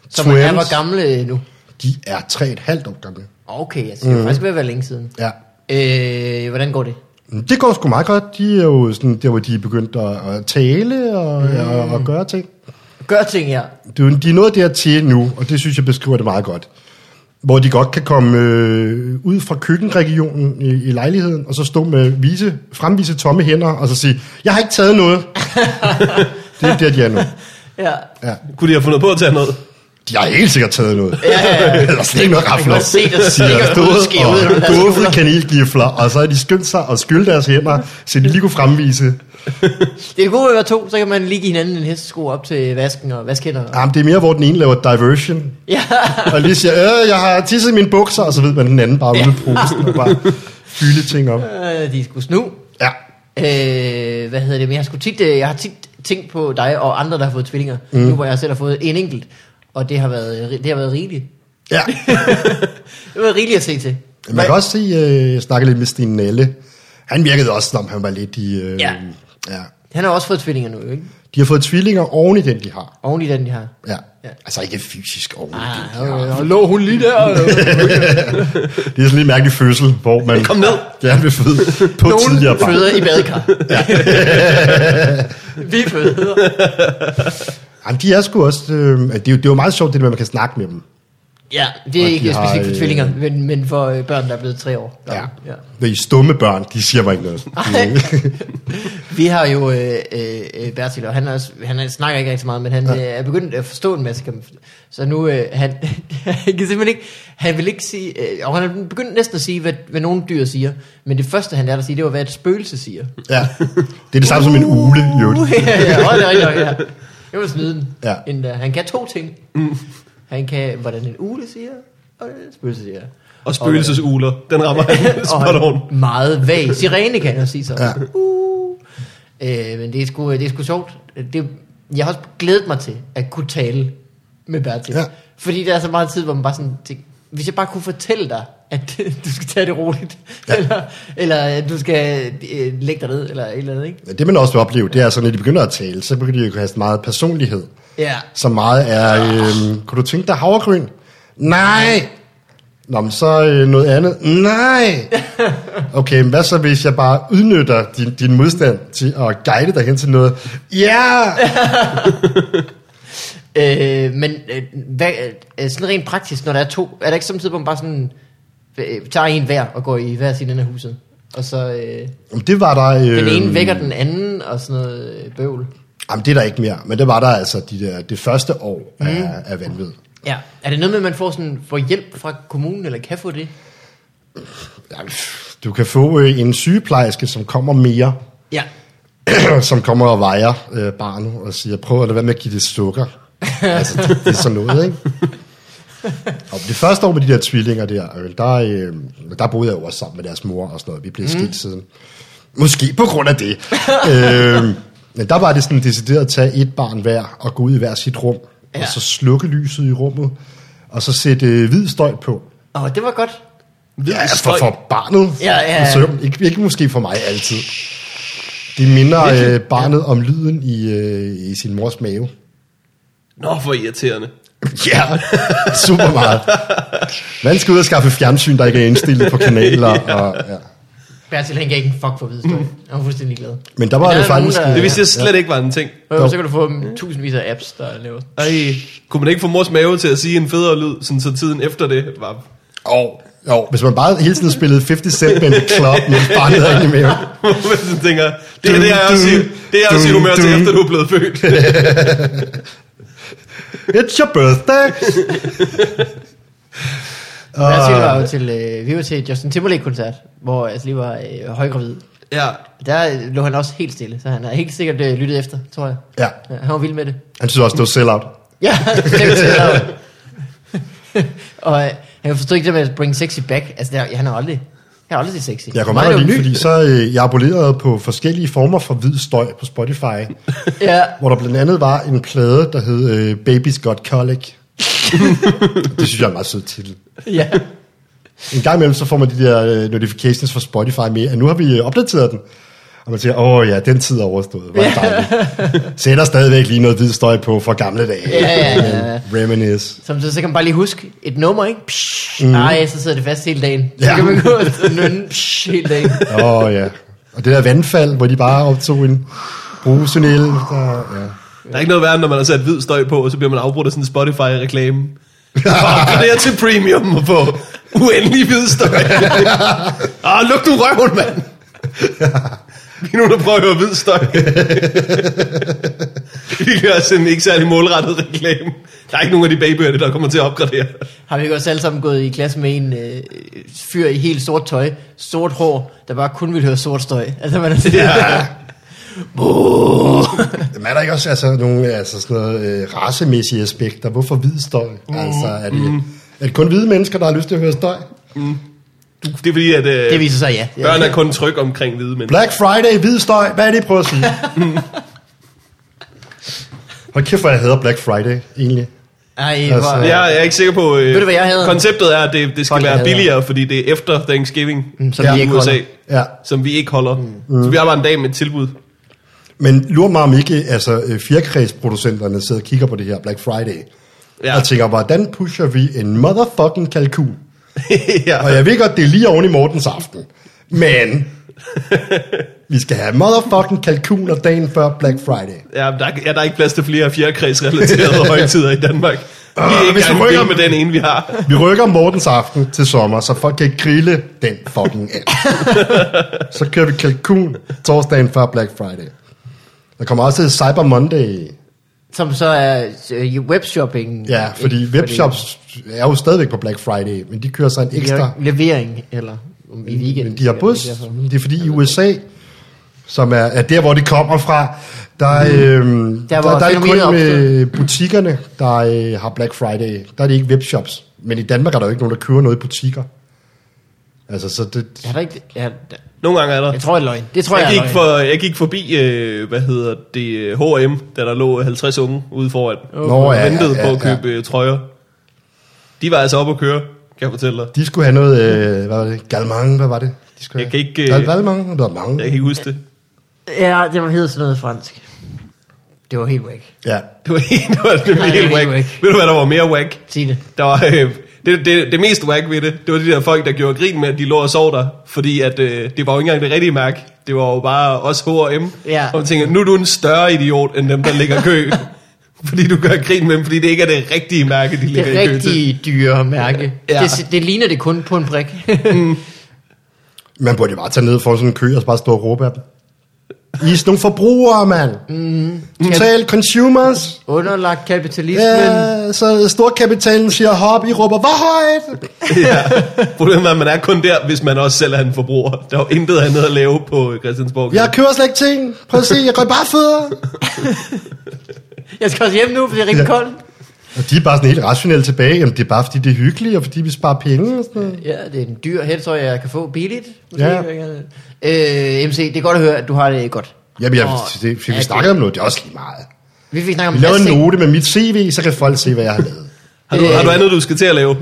Som Twins. er hvor gamle øh, nu. de er tre et halvt år gamle. Okay, altså, det er jo faktisk ved at være længe siden. Ja. Øh, hvordan går det? Det går sgu meget godt. De er jo sådan, der hvor de er begyndt at, at tale og, mm. og, og gøre ting. Gør ting her. Det er jo- De er nået dertil nu, og det synes jeg beskriver det meget godt. Hvor de godt kan komme øh, ud fra køkkenregionen i, i lejligheden, og så stå med vise, fremvise tomme hænder, og så sige, jeg har ikke taget noget. det er der, de er nu. Ja. Ja. kunne de have fundet på at tage noget? De har helt sikkert taget noget. Ja, ja, ja. der er slet ikke noget Man kan rafler. godt se, der De har stikker stået blodskær ud af den og der guffet skulder. kanelgifler, og så har de skyndt sig og skyldt deres hænder, så de lige kunne fremvise. Det er gode ved at være to, så kan man lige give hinanden en hestesko op til vasken og vaskehænder. Ja. Jamen, det er mere, hvor den ene laver diversion, ja. og lige siger, øh, jeg har tisset i mine bukser, og så ved man den anden bare ude i posen, og bare fylde ting op. Øh, de skulle snu. Ja, Øh, hvad hedder det? Men jeg, skulle tit, øh, jeg har tit tænkt på dig og andre, der har fået tvillinger. Mm. Nu hvor jeg selv har fået en enkelt. Og det har været, det har været rigeligt. ja. Det var rigeligt at se til. Man kan også se, øh, jeg snakkede lidt med Stine Nelle. Han virkede også, som om han var lidt i... Øh, Ja. ja. Han har også fået tvillinger nu, ikke? De har fået tvillinger oven i den, de har. Oven i den, de har. Ja. Ja. ja. Altså ikke fysisk oven i den, de Ah, har. og, og lå hun lige der. Og, Det er sådan lidt mærkelig fødsel, hvor man Kom ned! gerne vil føde på tidligere nogen barn. føder i badekar. Vi føder. Jamen, de er sgu også... Øh, det, er jo, det er jo meget sjovt, det der med, at man kan snakke med dem. Ja, det er Og de ikke har, specifikt for øh, tvillinger, men, men for øh, børn, der er blevet tre år. Ja. ja. De stumme børn, de siger mig ikke noget. Ej. Mm. Vi har jo øh, øh, øh, Bertil, og han, er, også- han er, snakker ikke rigtig så meget, men han ja. øh, er begyndt at forstå en masse. kan man- Så nu, øh, han, han kan simpelthen ikke, han vil ikke sige, øh, og han er begyndt næsten at sige, hvad, hvad nogle dyr siger, men det første, han lærte at sige, det var, hvad et spøgelse siger. Ja. Det er det samme som en ule, i øvrigt. Uh, ja, ja, og det er rigtigt nok, ja. Det var snyden. Ja. Ja. En, uh, han kan to ting. Mm. Han kan, hvordan en ule siger, og en spøgelse siger. Og spøgelsesugler. Den rammer han Og spot han on. er meget vag. Sirene kan jeg sige så. Ja. Ja. Uh. Øh, men det er, sgu, det er sgu sjovt. Det, jeg har også glædet mig til at kunne tale med Bertil. Ja. Ja. Fordi der er så meget tid, hvor man bare sådan tænker, hvis jeg bare kunne fortælle dig, at du skal tage det roligt, ja. eller, eller at du skal øh, lægge dig ned, eller et eller andet, ikke? Ja, det man også vil opleve, det er sådan, når de begynder at tale, så begynder de at kunne have sådan meget personlighed. Ja. Så meget er, øh, kunne du tænke dig havregryn? Nej! Nå, men så øh, noget andet. Nej! Okay, men hvad så, hvis jeg bare udnytter din, din modstand til at guide dig hen til noget? Ja! Øh, men øh, hvad, øh, sådan rent praktisk, når der er to, er der ikke samtidig, hvor man bare sådan øh, tager en hver og går i hver sin ende af huset? Og så øh, Jamen, det var der... Øh, den ene vækker den anden og sådan noget øh, bøvl. Jamen, det er der ikke mere. Men det var der altså de der, det første år mm. af, af vanvid. Ja. Er det noget med, at man får, sådan, får hjælp fra kommunen, eller kan få det? Jamen, pff, Du kan få øh, en sygeplejerske, som kommer mere. Ja. som kommer og vejer øh, barnet og siger, prøv at lade være med at give det sukker. altså, det, det er sådan noget, ikke? Og det første år med de der tvillinger der, øh, der, øh, der boede jeg jo også sammen med deres mor og sådan noget. Vi blev mm. skilt siden. Måske på grund af det. øh, men der var det sådan decideret at tage et barn hver og gå ud i hver sit rum. Ja. Ja. Og så slukke lyset i rummet. Og så sætte øh, hvid støj på. Åh, det var godt. Ja, altså for, for barnet. Ja, ja, ja. Så, ikke, ikke måske for mig altid. Det minder øh, barnet om lyden i, øh, i sin mors mave. Nå, hvor irriterende. Ja, super meget. Man skal ud og skaffe fjernsyn, der ikke er indstillet på kanaler. Og, ja. Bertil, han gav ikke en fuck for videre. Han var fuldstændig glad. Men der var Men det der er nogen, faktisk... der- Det vidste jeg slet ikke var en ting. Og så kan du få mm, tusindvis af apps, der laver. Ej, kunne man ikke få mors mave til at sige en federe lyd, sådan så tiden efter det var... Og, og øh, hvis man bare hele tiden spillede 50 Cent med en klop, med bare ned ind i maven. Men så tænker jeg, det her det er jeg også i, det er jeg også i humør til, efter du er blevet født. It's your birthday! Bertil var jo til, øh, vi var til Justin Timberlake-koncert, hvor jeg altså lige var øh, højgravid. Ja, Der øh, lå han også helt stille, så han har helt sikkert øh, lyttet efter, tror jeg. Ja, Ja, han var vild med det. han synes også, det var sell-out. Ja, det Og øh, han forstod ikke det med at bring sexy back. Altså, der, han har aldrig, han har aldrig set sexy. Jeg kan Han er jo meget godt lide, ny. fordi så øh, jeg abonnerede på forskellige former for hvid støj på Spotify, Ja, hvor der blandt andet var en plade, der hed øh, Baby's Got Colic. det synes jeg er en meget sød titel. ja. En gang imellem, så får man de der øh, notifications fra Spotify med, at nu har vi øh, opdateret den. Og man siger, åh ja, den tid er overstået. Hvor er det dejligt. Sætter stadigvæk lige noget hvid støj på fra gamle dage. Ja, ja, ja, ja. Reminisce. Samtidig så kan man bare lige huske et nummer, ikke? Psh, mm. Nej, så sidder det fast hele dagen. Så Mhm. Ja. kan man gå og nynne psh, hele dagen. Åh ja. Og det der vandfald, hvor de bare optog en brusenel. Der, ja. der er ikke noget værre, end når man har sat hvid støj på, og så bliver man afbrudt af sådan en Spotify-reklame. Opgrader til premium og få uendelig hvid støj. Ah, luk nu røven, mand! Vi er nogen, der prøver at høre hvid støj. Vi gør sådan en ikke særlig målrettet reklame. Der er ikke nogen af de babyer, der kommer til at opgradere. Har vi ikke også alle sammen gået i klasse med en øh, fyr i helt sort tøj, sort hår, der bare kun ville høre sort støj? Altså, man er sådan, Ja. Men er der ikke også altså, nogle altså, sådan noget, øh, racemæssige aspekter? Hvorfor hvid støj? Mm. Altså, er det, er det kun hvide mennesker, der har lyst til at høre støj? Det er fordi, at øh, Det viser sig ja. ja. børn er kun tryg omkring hvide mænd. Black Friday, hvid støj. Hvad er det, I prøver at sige? Hold kæft, hvor jeg hedder Black Friday, egentlig. Ej, Altså, hvor, Jeg, jeg er ikke sikker på... Øh, Ved du, hvad jeg hader? Konceptet er, at det, det skal Folk, jeg være hader. billigere, fordi det er efter Thanksgiving Mm, som i vi ikke USA, holder. Ja. som vi ikke holder. Mm. Så vi har bare en dag med et tilbud. Men lurer mig om ikke, altså øh, fjerkræsproducenterne sidder og kigger på det her Black Friday. Ja. Ja. Og tænker, hvordan pusher vi en motherfucking kalkun? ja. Og jeg ved godt, det er lige oven i Mortens aften. Men vi skal have motherfucking kalkuner dagen før Black Friday. Ja, men der, er, ja, der er ikke plads til flere fjerkredsrelaterede højtider i Danmark. Vi Ah, er ikke hvis vi engang rykker- vilde med den ene, vi har. Vi rykker Mortens aften til sommer, så folk kan grille den fucking af. så kører vi kalkun torsdagen før Black Friday. Der kommer også Cyber Monday. Som så er øh, i webshopping. Ja, fordi Ikke? webshops er jo stadigvæk på Black Friday, men de kører så en de har ekstra... jo ikke levering, eller om i weekenden. Men de har eller bus. derfor. Det er fordi i USA, som er, er der, hvor det kommer fra, der, mm. øhm, Der, der, hvor der, der er fænomenet kun øh, butikkerne, der øh, har Black Friday. Der er det ikke webshops. Men i Danmark er der jo ikke nogen, der køber noget i butikker. Altså, så det... Er der ikke... Ja, der, Nogle gange er der. jeg tror, det er løgn. Det tror jeg, Jeg er gik, løgn. for, jeg gik forbi, øh, hvad hedder det, H&M, da der lå 50 unge ude foran. Åh, Nå, Og ja, ja, ventede på ja, at købe øh, trøjer. De var altså oppe at køre, kan jeg fortælle dig. De skulle have noget... Øh, hvad var det? Galmang, hvad var det? De skulle Jeg kan ikke, øh, Øh, Galmang, der var mange. Jeg kan ikke huske det. Ja, det var hedder sådan noget fransk. Det var helt væk. Ja. Det var helt, det var, det var Nej, helt det er whack. whack. Ved du, hvad der var mere whack? Sig det. Der var, øh, det, det, det mest whack ved det, det var de der folk, der gjorde grin med, at de lå og sov der, fordi at, øh, det var jo ikke engang det rigtige mærke. Det var jo bare os H&M. Ja. Og man tænker, nu er du en større idiot, end dem, der ligger i kø. fordi du gør grin med dem, fordi det ikke er det rigtige mærke, de ligger Det i kø til. rigtige dyre mærke. Ja. Ja. Det, det, ligner det kun på en brik. Man burde jo bare tage ned for sådan en kø og så bare stå og råbe af dem. I er sådan nogle forbrugere, mand. Mm. Total consumers. Underlagt kapitalismen. Ja. Ja, så storkapitalen siger hop, I råber, hvor højt? Ja. Problemet er, at man er kun der, hvis man også selv er en forbruger. Der er jo intet andet at lave på øh, Christiansborg. Jeg kører slet ikke ting. Prøv at se, jeg går bare fødder. Jeg skal også hjem nu, for det er rigtig Ja. koldt. Og de er bare sådan helt rationelt tilbage. Jamen, det er bare fordi, det er hyggeligt, og fordi vi sparer penge og sådan noget. Ja, det er en dyr hættrøj, jeg kan få billigt. Måske. Ja. Øh, MC, det er godt at høre, at du har det godt. Jamen, jeg, Og- det, det, Altså- vi Ja, snakker om noget, det er også lige meget. Vi fik snakket Vi om laver en alting. note med mit CV, så kan folk se, hvad jeg har lavet. Har du, Øh. har du andet, du skal til at lave,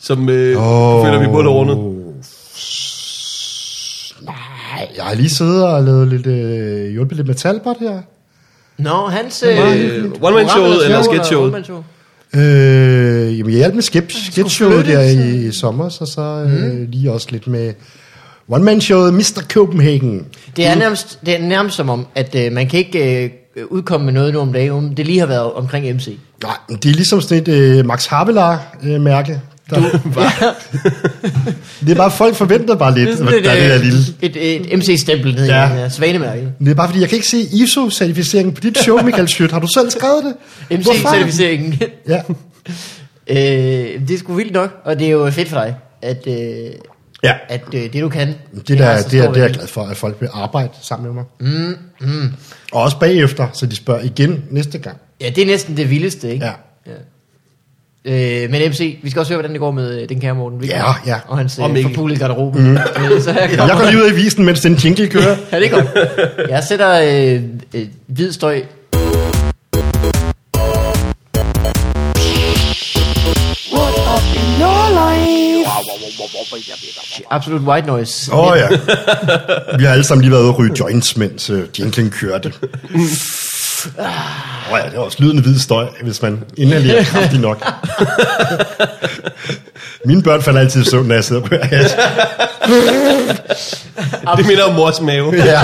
som øh, oh. føler vi burde have rundet? Nej, jeg har lige siddet og lavet lidt, øh, hjulpet lidt med Talbot her. Nå, hans... Øh, one-man-showet eller sketchshowet? One Øh, jamen, jeg hjalp med skip, sketchshowet flytte, der i, i sommer, så så øh, lige også lidt med one-man-showet Mr. Copenhagen. Det er nærmest, det er nærmest som om, at øh, man kan ikke øh, udkomme med noget nu om dagen, om det lige har været omkring MC. Nej, men det er ligesom sådan et øh, Max Havelaar-mærke. Der, det er bare, folk forventer bare lidt, øh, sådan øh, at der er det der lille. et, et, et MC-stempel ned Ja. ja. i en øh, svanemærke. Det er bare fordi, jeg kan ikke se ISO-certificeringen på dit show, Michael Schødt. Har du selv skrevet det? MC-certificeringen. Ja. øh, det er sgu vildt nok, og det er jo fedt for dig, at, øh, ja. at øh, det du kan... Det, der, har så det, er, stor det er jeg værdi. glad for, at folk vil arbejde sammen med mig. Mm, mm. Og også bagefter, så de spørger igen næste gang. Ja, det er næsten det vildeste, ikke? Ja. ja. Øh, men MC, vi skal også høre, hvordan det går med øh, den kære Morten Wigman. Ja, ja. Og hans Og øh, Mikkel. forpulede garderobe. Mm. Øh, så her kommer... Jeg går lige ud af visen, mens den jingle kører. Ja, det er godt. Jeg sætter øh, øh, hvid støj. Absolut white noise. Åh oh, ja. Vi har alle sammen lige været ude og ryge joints, mens uh, jinglen kørte. Åh oh, ja, det var også lyden af hvid støj, hvis man inhalerer kraftigt nok. Mine børn falder altid i søvn, når jeg sidder og ryger hash. Det minder om mors mave. Ja.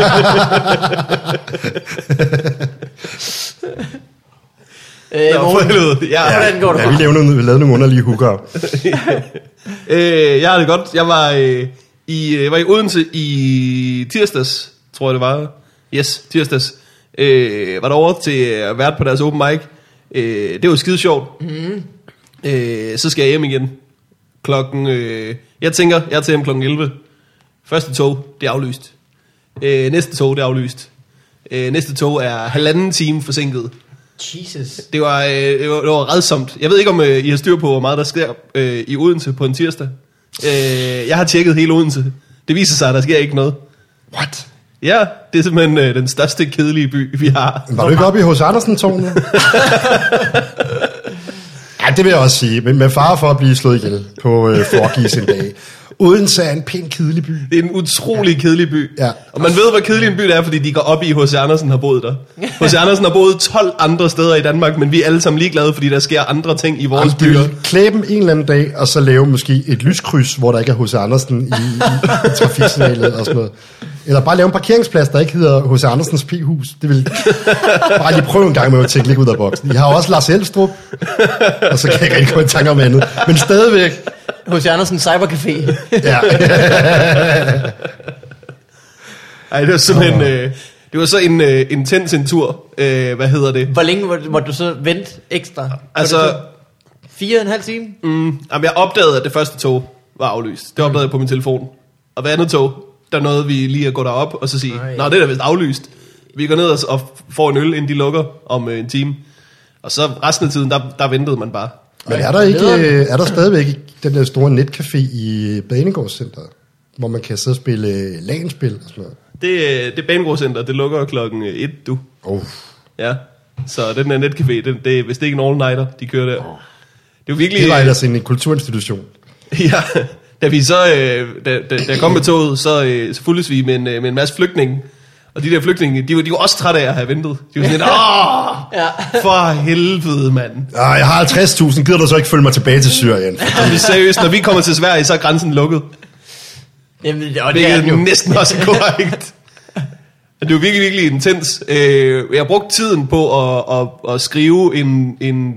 Øh, Nå, for Morten, helvede. Ja. Hvordan går det? Ja, vi lavede, vi lavede nogle underlige hooker. Øh, jeg har det godt. Jeg var, øh, i, øh, var i Odense i tirsdags, tror jeg det var. Yes, tirsdags. Øh, var derovre til at være på deres open mic. Øh, det var skide sjovt. Mm. Øh, så skal jeg hjem igen. Klokken, øh, jeg tænker, jeg er til hjem klokken 11. Første tog, det er aflyst. Øh, næste tog, det er aflyst. Øh, næste tog er halvanden time forsinket. Jesus. Det var, øh, det var, det var redsomt. Jeg ved ikke, om øh, I har styr på, hvor meget der sker øh, i Odense på en tirsdag. Øh, jeg har tjekket hele Odense. Det viser sig, at der sker ikke noget. What? Ja, det er simpelthen øh, den største kedelige by, vi har. Var du ikke oppe i hos Andersen tårnet? Ja, det vil jeg også sige. Men med far for at blive slået ihjel på øh, Forgis en dag. Odense er en pæn kedelig by. Det er en utrolig kedelig by. Ja. Og man ved, hvor kedelig en by det er, fordi de går op i, H.C. Andersen har boet der. H.C. Andersen har boet 12 andre steder i Danmark, men vi er alle sammen ligeglade, fordi der sker andre ting i vores Jamen, de byer. vil klæde dem en eller anden dag, og så lave måske et lyskryds, hvor der ikke er H.C. Andersen i, i trafiksignalet og sådan noget. Eller bare lave en parkeringsplads, der ikke hedder H.C. Andersens P-hus. Det vil bare lige prøve en gang med at tænke lidt ud af boksen. I har jo også Lars Elstrup, og så kan jeg ikke rigtig komme i tanke om andet. Men stadigvæk, Hos Andersen Cybercafé. ja. Ej, det var simpelthen... Øh, det var så en øh, intens en tur. Øh, hvad hedder det? Hvor længe må, må du så vente ekstra? Var det Altså, så Fire og en halv time? Mm, jamen, jeg opdagede, at det første tog var aflyst. Det opdagede jeg på min telefon. Og hver andet tog, der nåede vi lige at gå derop og så sige, Nej. nej, det er da vist aflyst. Vi går ned og, og får en øl, inden de lukker om øh, en time. Og så resten af tiden, der, der ventede man bare. Men er der, ikke, øh, er der stadigvæk ikke den der store netcafé i Banegårdscenteret, hvor man kan sidde og spille øh, lagenspil og sådan noget? Det, øh, det Banegårdscenter, det lukker klokken 1, du. Oh. Ja. Så den der netcafé, det, det er vist ikke en all-nighter, de kører der. Det er jo virkelig... Det var ellers en kulturinstitution. Ja, da vi så, øh, da, da, da jeg kom med toget, så, øh, så fuldes vi med en, øh, med en masse flygtninge. Og de der flygtninge, de var, de var også trætte af at have ventet. De var sådan lidt, åh, Ja. for helvede, mand. Ah, jeg har 50.000, gider du så ikke følge mig tilbage til Syrien? Og vi seriøst, når vi kommer til Sverige, så er grænsen lukket. Jamen, og det Det er den jo. er næsten også korrekt. Men Det var virkelig, virkelig intens. Øh, Jeg brugte tiden på at, at, at skrive en, en,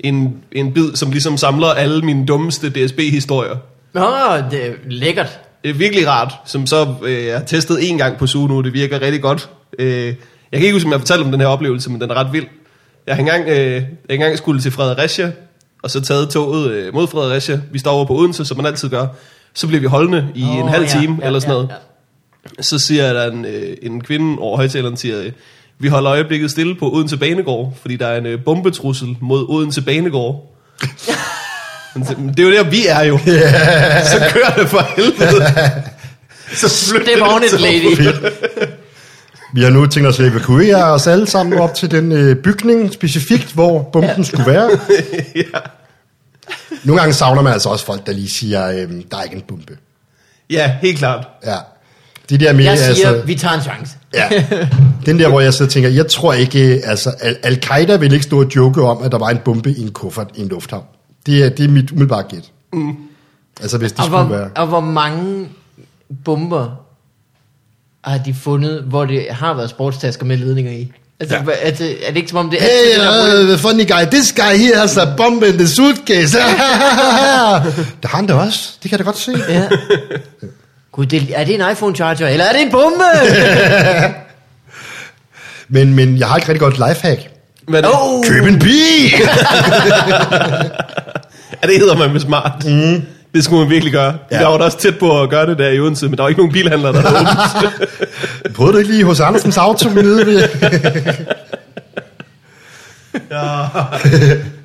en, en bid, som ligesom samler alle mine dummeste DSB-historier. Nå, det er lækkert. Det er virkelig rart, som så øh, jeg har testet en gang på Suno, nu, det virker rigtig godt. Øh, jeg kan ikke huske, om jeg fortalte om den her oplevelse, men den er ret vild. Jeg har engang, øh, jeg engang skulle til Fredericia, og så taget toget øh, mod Fredericia. Vi står over på Odense, som man altid gør. Så bliver vi holdende i oh, en halv time ja, eller sådan noget. Ja, ja. Så siger der en, øh, en kvinde over højtaleren, siger, øh, vi holder øjeblikket stille på Odense Banegård, fordi der er en øh, bombetrussel mod Odense Banegård. Men så- men det er jo der, vi er jo. Yeah. Så kører det for helvede. Så flytter Det var hun det en til- lady. Vi har nu tænkt os at evakuere os alle sammen op til den øh, bygning specifikt, hvor bomben ja. skulle være. ja. Nogle øhm, gange savner man altså også folk, der lige siger, øh, der er ikke en bombe. ja, helt klart. Ja. Det der med, Jeg siger, altså, vi tager en chance. ja, den der, hvor jeg sidder og tænker, jeg tror ikke, altså, Al- Al-Qaida vil ikke stå og joke om, at der var en bombe i en kuffert i en lufthavn. Det er, det er mit umiddelbare gæt. Mm. Altså, hvis det Og skulle hvor, være. og hvor mange bomber har de fundet, hvor det har været sportstasker med ledninger i? Altså, Ja. ja. er, det, er det ikke som om det er Hey, det, der ryger? uh, funny guy, this guy here has a bomb in the suitcase. det har han da også, det kan jeg da godt se. Ja. Gud, det, er det en iPhone charger, eller er det en bombe? Men, men jeg har et rigtig godt lifehack. Hvad er det? oh, Køb en bil! Ja, det hedder man med smart. Mm. Det skulle man virkelig gøre. Ja. Ja. Jeg var da også tæt på at gøre det der i Odense, men der var ikke nogen bilhandlere, der havde åbent. Prøvede du ikke lige hos Andersens auto nede ved?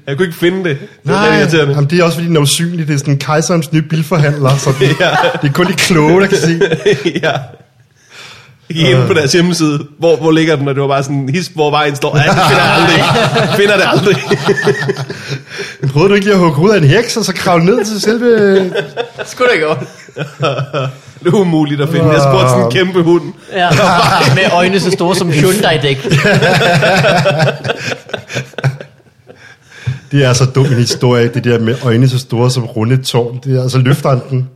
Jeg kunne ikke finde det. Det var Nej, rigtig irriterende. jamen, det er også fordi, den er usynlig. Det er sådan kejserens nye bilforhandler. Så det, Ja. ja. det er kun de kloge, der kan se. ja. Jeg gik ind på deres hjemmeside, hvor, hvor ligger den, og det var bare sådan, his, hvor vejen står. Ja, det finder jeg aldrig. finder det aldrig. Men prøvede du ikke lige at hugge hovedet af en heks, og så kravle ned til selve... skulle da godt. det er umuligt at finde. Jeg spurgte sådan en kæmpe hund. Ja. Med øjne så store som Hyundai-dæk. Det er så dum en historie, det der med øjne så store som runde tårn. Det er, altså løfter han den.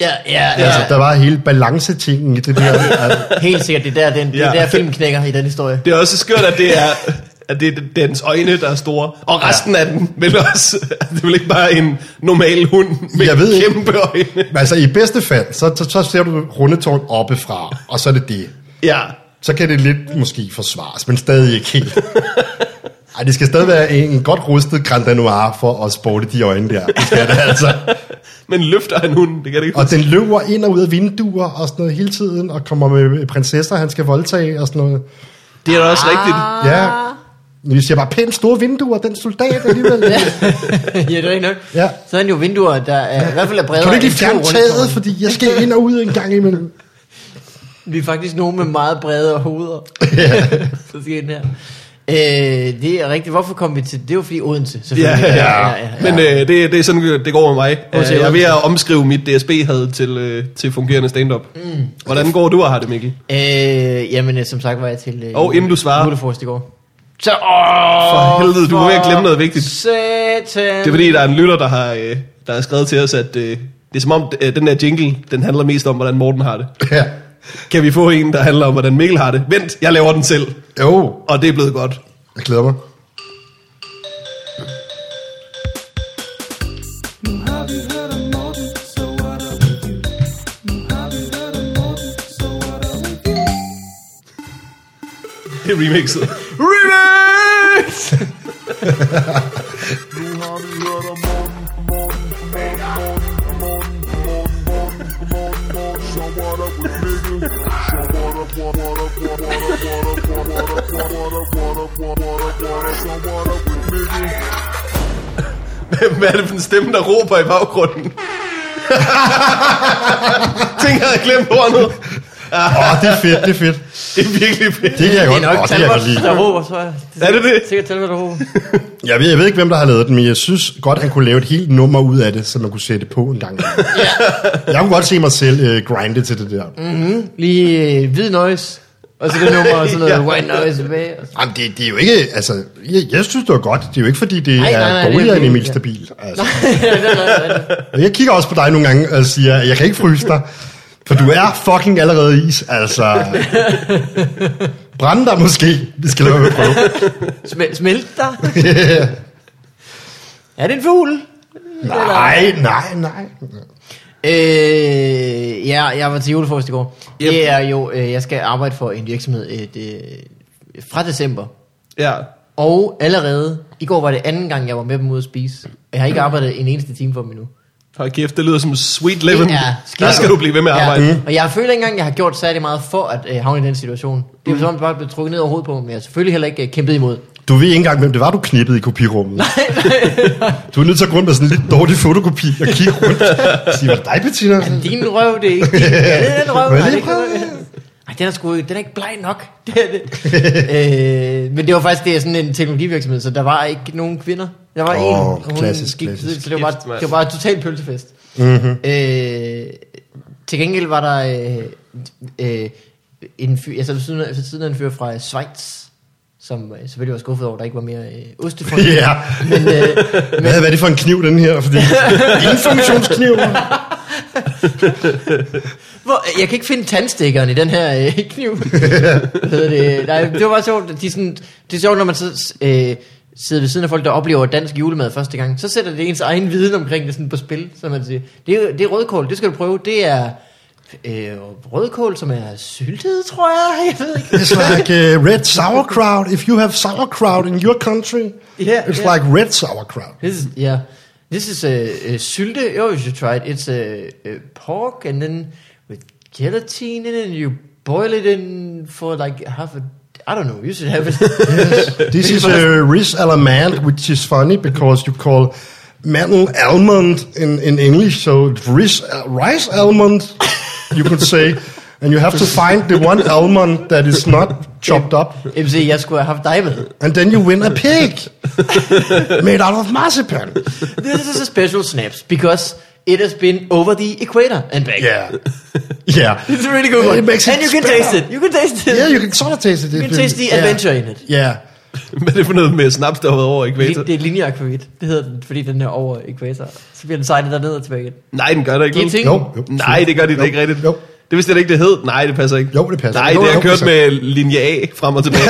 Ja, ja, Ja. Altså, ja. der var hele balancetingen i det der. Altså, Helt sikkert, det er der, den, det er Ja. der film knækker i den historie. Det er også skørt, at det er at det er dens øjne, der er store. Og resten ja. af den vil også... Det er vel ikke bare en normal hund med Jeg ved ikke. kæmpe øjne. altså i bedste fald, så, så, så ser du rundetårn oppefra, og så er det det. Ja. Så kan det lidt måske forsvares, men stadig ikke helt. Ej, det skal stadig være en, en godt rustet Grand Noir for at sporte de øjne der. Det skal det altså. Men løfter han hunden, det kan det ikke. Og den løber ind og ud af vinduer og sådan noget hele tiden, og kommer med prinsesser, han skal voldtage og sådan noget. Det er da også rigtigt. Ja. Men vi siger bare pænt store vinduer, den soldat alligevel. ja. ja, det er ikke nok. Ja. Så er den jo vinduer, der er, i hvert fald er bredere Kan du ikke lige end to fjerne rundetårne. taget, fordi jeg skal ind og ud en gang imellem. Vi er faktisk nogen med meget bredere hoveder. Så siger den her. Øh, det er rigtigt. Hvorfor kom vi til... Det var fordi Odense, Ja, selvfølgelig. ja, ja, ja, Men øh, det, det er sådan, det går med mig. Øh, siger jeg er du? ved at omskrive mit DSB-had til, øh, til fungerende stand-up. Mm. Hvordan går du og har det, Mikkel? Øh, jamen, øh, som sagt var jeg til... Øh, Og inden du svarer- julefrokost i går. Så, åh, For helvede, du må ikke glemme noget vigtigt. Satan. Det er fordi, der er en lytter, der har, øh, der har skrevet til os, at øh, det er som om, øh, den der jingle, den handler mest om, hvordan Morten har det. Ja. Kan vi få en, der handler om, hvordan Mikkel har det? Vent, jeg laver den selv. Jo, Og det er blevet godt. jeg glæder mig. Det er remixet. Remix! Hvad er det for en stemme, der råber i baggrunden? Tænker, jeg havde glemt ordet. Åh, oh, det er fedt, det er fedt. Det er virkelig fedt. Det kan jeg Det godt, er nok Åh, det kan jeg Talbot, godt lide. der råber, tror jeg. Er det det? Sikkert Talbot, der råber. Jeg ved, jeg ved ikke, hvem der har lavet den, men jeg synes godt, han kunne lave et helt nummer ud af det, så man kunne sætte på en gang. Jeg kunne godt se mig selv uh, grinde til det der. Lige øh, hvid noise. Og så det nummer, og sådan noget Ja. white noise tilbage. og så- Jamen, det, det er jo ikke, altså, jeg, jeg synes, det var godt. Det er jo ikke, fordi det Nej, nej, er nej, nej, det er dårligere end fint, Emil ja. Stabil. Altså. Ja, det er noget, det er noget. Og Jeg kigger også på dig nogle gange og siger, at jeg kan ikke fryse dig, for du er fucking allerede is, altså. Brænde dig måske. Vi skal lade være med at prøve. Smel- Smelt dig. Er det en fugl? Nej, nej, nej. Øh, ja, jeg var til julefrokost i går. Yep. Yep. Det er jo, øh, jeg skal arbejde for en virksomhed et, øh, fra december. Ja. Og allerede, i går var det anden gang, jeg var med dem ude at spise. Og Jeg har ikke arbejdet en eneste time for dem endnu. Hold kæft, det lyder som sweet living. Det er Der skide skal godt. du blive ved med at arbejde. Og jeg føler ikke engang, jeg har gjort særlig meget for at øh, havne i den situation. Det er Mm. jo som om, det bare blev trukket ned over hovedet på mig, men jeg har selvfølgelig heller ikke øh, kæmpet imod. Du ved ikke engang, hvem det var, du knippede i kopirummet. Nej, nej. Du er nødt til at gå rundt med sådan en lidt dårlig fotokopi og kigge rundt. Sige, var det dig, Bettina? Altså, Din røv, det er ikke din. Ja, det er den røv. Må jeg nej, lige det kan prøve? være. Ej, den er sgu den er ikke bleg nok. Det er det. øh, men det var faktisk det er sådan en teknologivirksomhed, så der var ikke nogen kvinder. Der var Åh, en, klassisk, Mhm. klassisk. så det var, Kæft, bare, mand. det var bare et totalt pølsefest. Mm-hmm. Øh, Til gengæld var der øh, øh, en fyr, jeg sad ved siden af- ved siden af en fyr fra øh, Schweiz, som øh, selvfølgelig var skuffet over, at der ikke var mere øh, ostefond. Ja. Men, øh, Hvad, hvad er det for en kniv, den her? Fordi, ingen funktionskniv. Hvor, jeg kan ikke finde tandstikkeren i den her øh, kniv. Hvad hedder det? Nej, det var bare sjovt. De er sådan, det er sjovt, når man så, øh, sidder ved siden af folk, der oplever dansk julemad første gang. Så sætter det ens egen viden omkring det sådan på spil. Så man siger, det er, det er rødkål, det skal du prøve. Det er øh, rødkål, som er syltet, tror jeg. Jeg ved ikke. It's like uh, red sauerkraut, if you have sauerkraut in your country. Yeah, it's yeah. like red sauerkraut. This is, yeah. This is a, a sylte. Oh, you should try it. It's a, a pork, and then with gelatine in it, and you boil it in for like half a. I don't know. You should have it. This is a riz almond, which is funny because you call mantle almond in, in English, so riz, uh, rice almond, you could say. And you have to find the one almond that is not chopped up, MC, jeg skulle have haft dig med. and then you win a pig made out of marzipan. This is a special snaps, because it has been over the equator and back. Yeah. Yeah. It's a really good one. It makes it and you can better. taste it. You can taste it. Yeah, you can sort of taste it. You can taste the adventure in it. Yeah. Hvad er det for noget med snaps, der har været over i kvæter? Det, det er linjeakvavit. Det hedder den, fordi den er over ekvator. Så bliver den sejlet derned og tilbage igen. Nej, den gør det ikke. Det er vel? ting. Jo. Nej, det gør de da Jo. ikke rigtigt. Jo. Det vidste jeg da ikke, det hed. Nej, det passer ikke. Jo, det passer. Nej, Jo, det har jo, kørt så- med linje A frem og tilbage.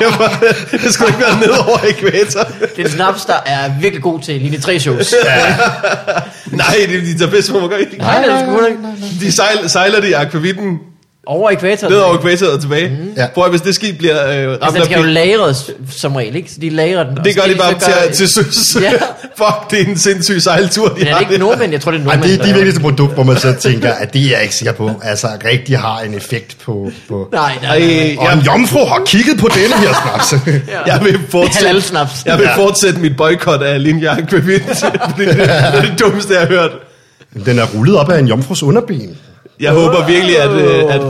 det, var, det skulle ikke være ned over ekvator. Det er en snaps, der er virkelig god til linje 3 shows. Nej, det, de tager bedst, hvor man gør ikke. Nej, nej, nej, nej, nej. De sejl, sejler det i akvavitten Over ekvator. ned over ekvator og tilbage. Mm. Ja. Prøv at, hvis det skib bliver øh, ramt Altså, af den skal jo pil- lagres som regel, ikke? Så de lagrer den. det gør de bare Så til, til søs. Ja. Fuck, det er en sindssyg sejltur, de Men er har det ikke der. nordmænd? Jeg tror, det er Ej, nordmænd. det er der de er- vigtigste produkt, hvor man så tænker, at det er jeg ikke sikker på, altså rigtig har en effekt på... på. Nej, nej, nej. Ej, Og en jeg, jomfru har kigget på denne her snaps. jeg vil Halal fortsætte, snaps. jeg vil Ja. fortsætte mit boykot af linje akvavitten. det, det, det er det dummeste, jeg har hørt. Den er rullet op af en jomfrus underben. Jeg håber virkelig, at, øh, at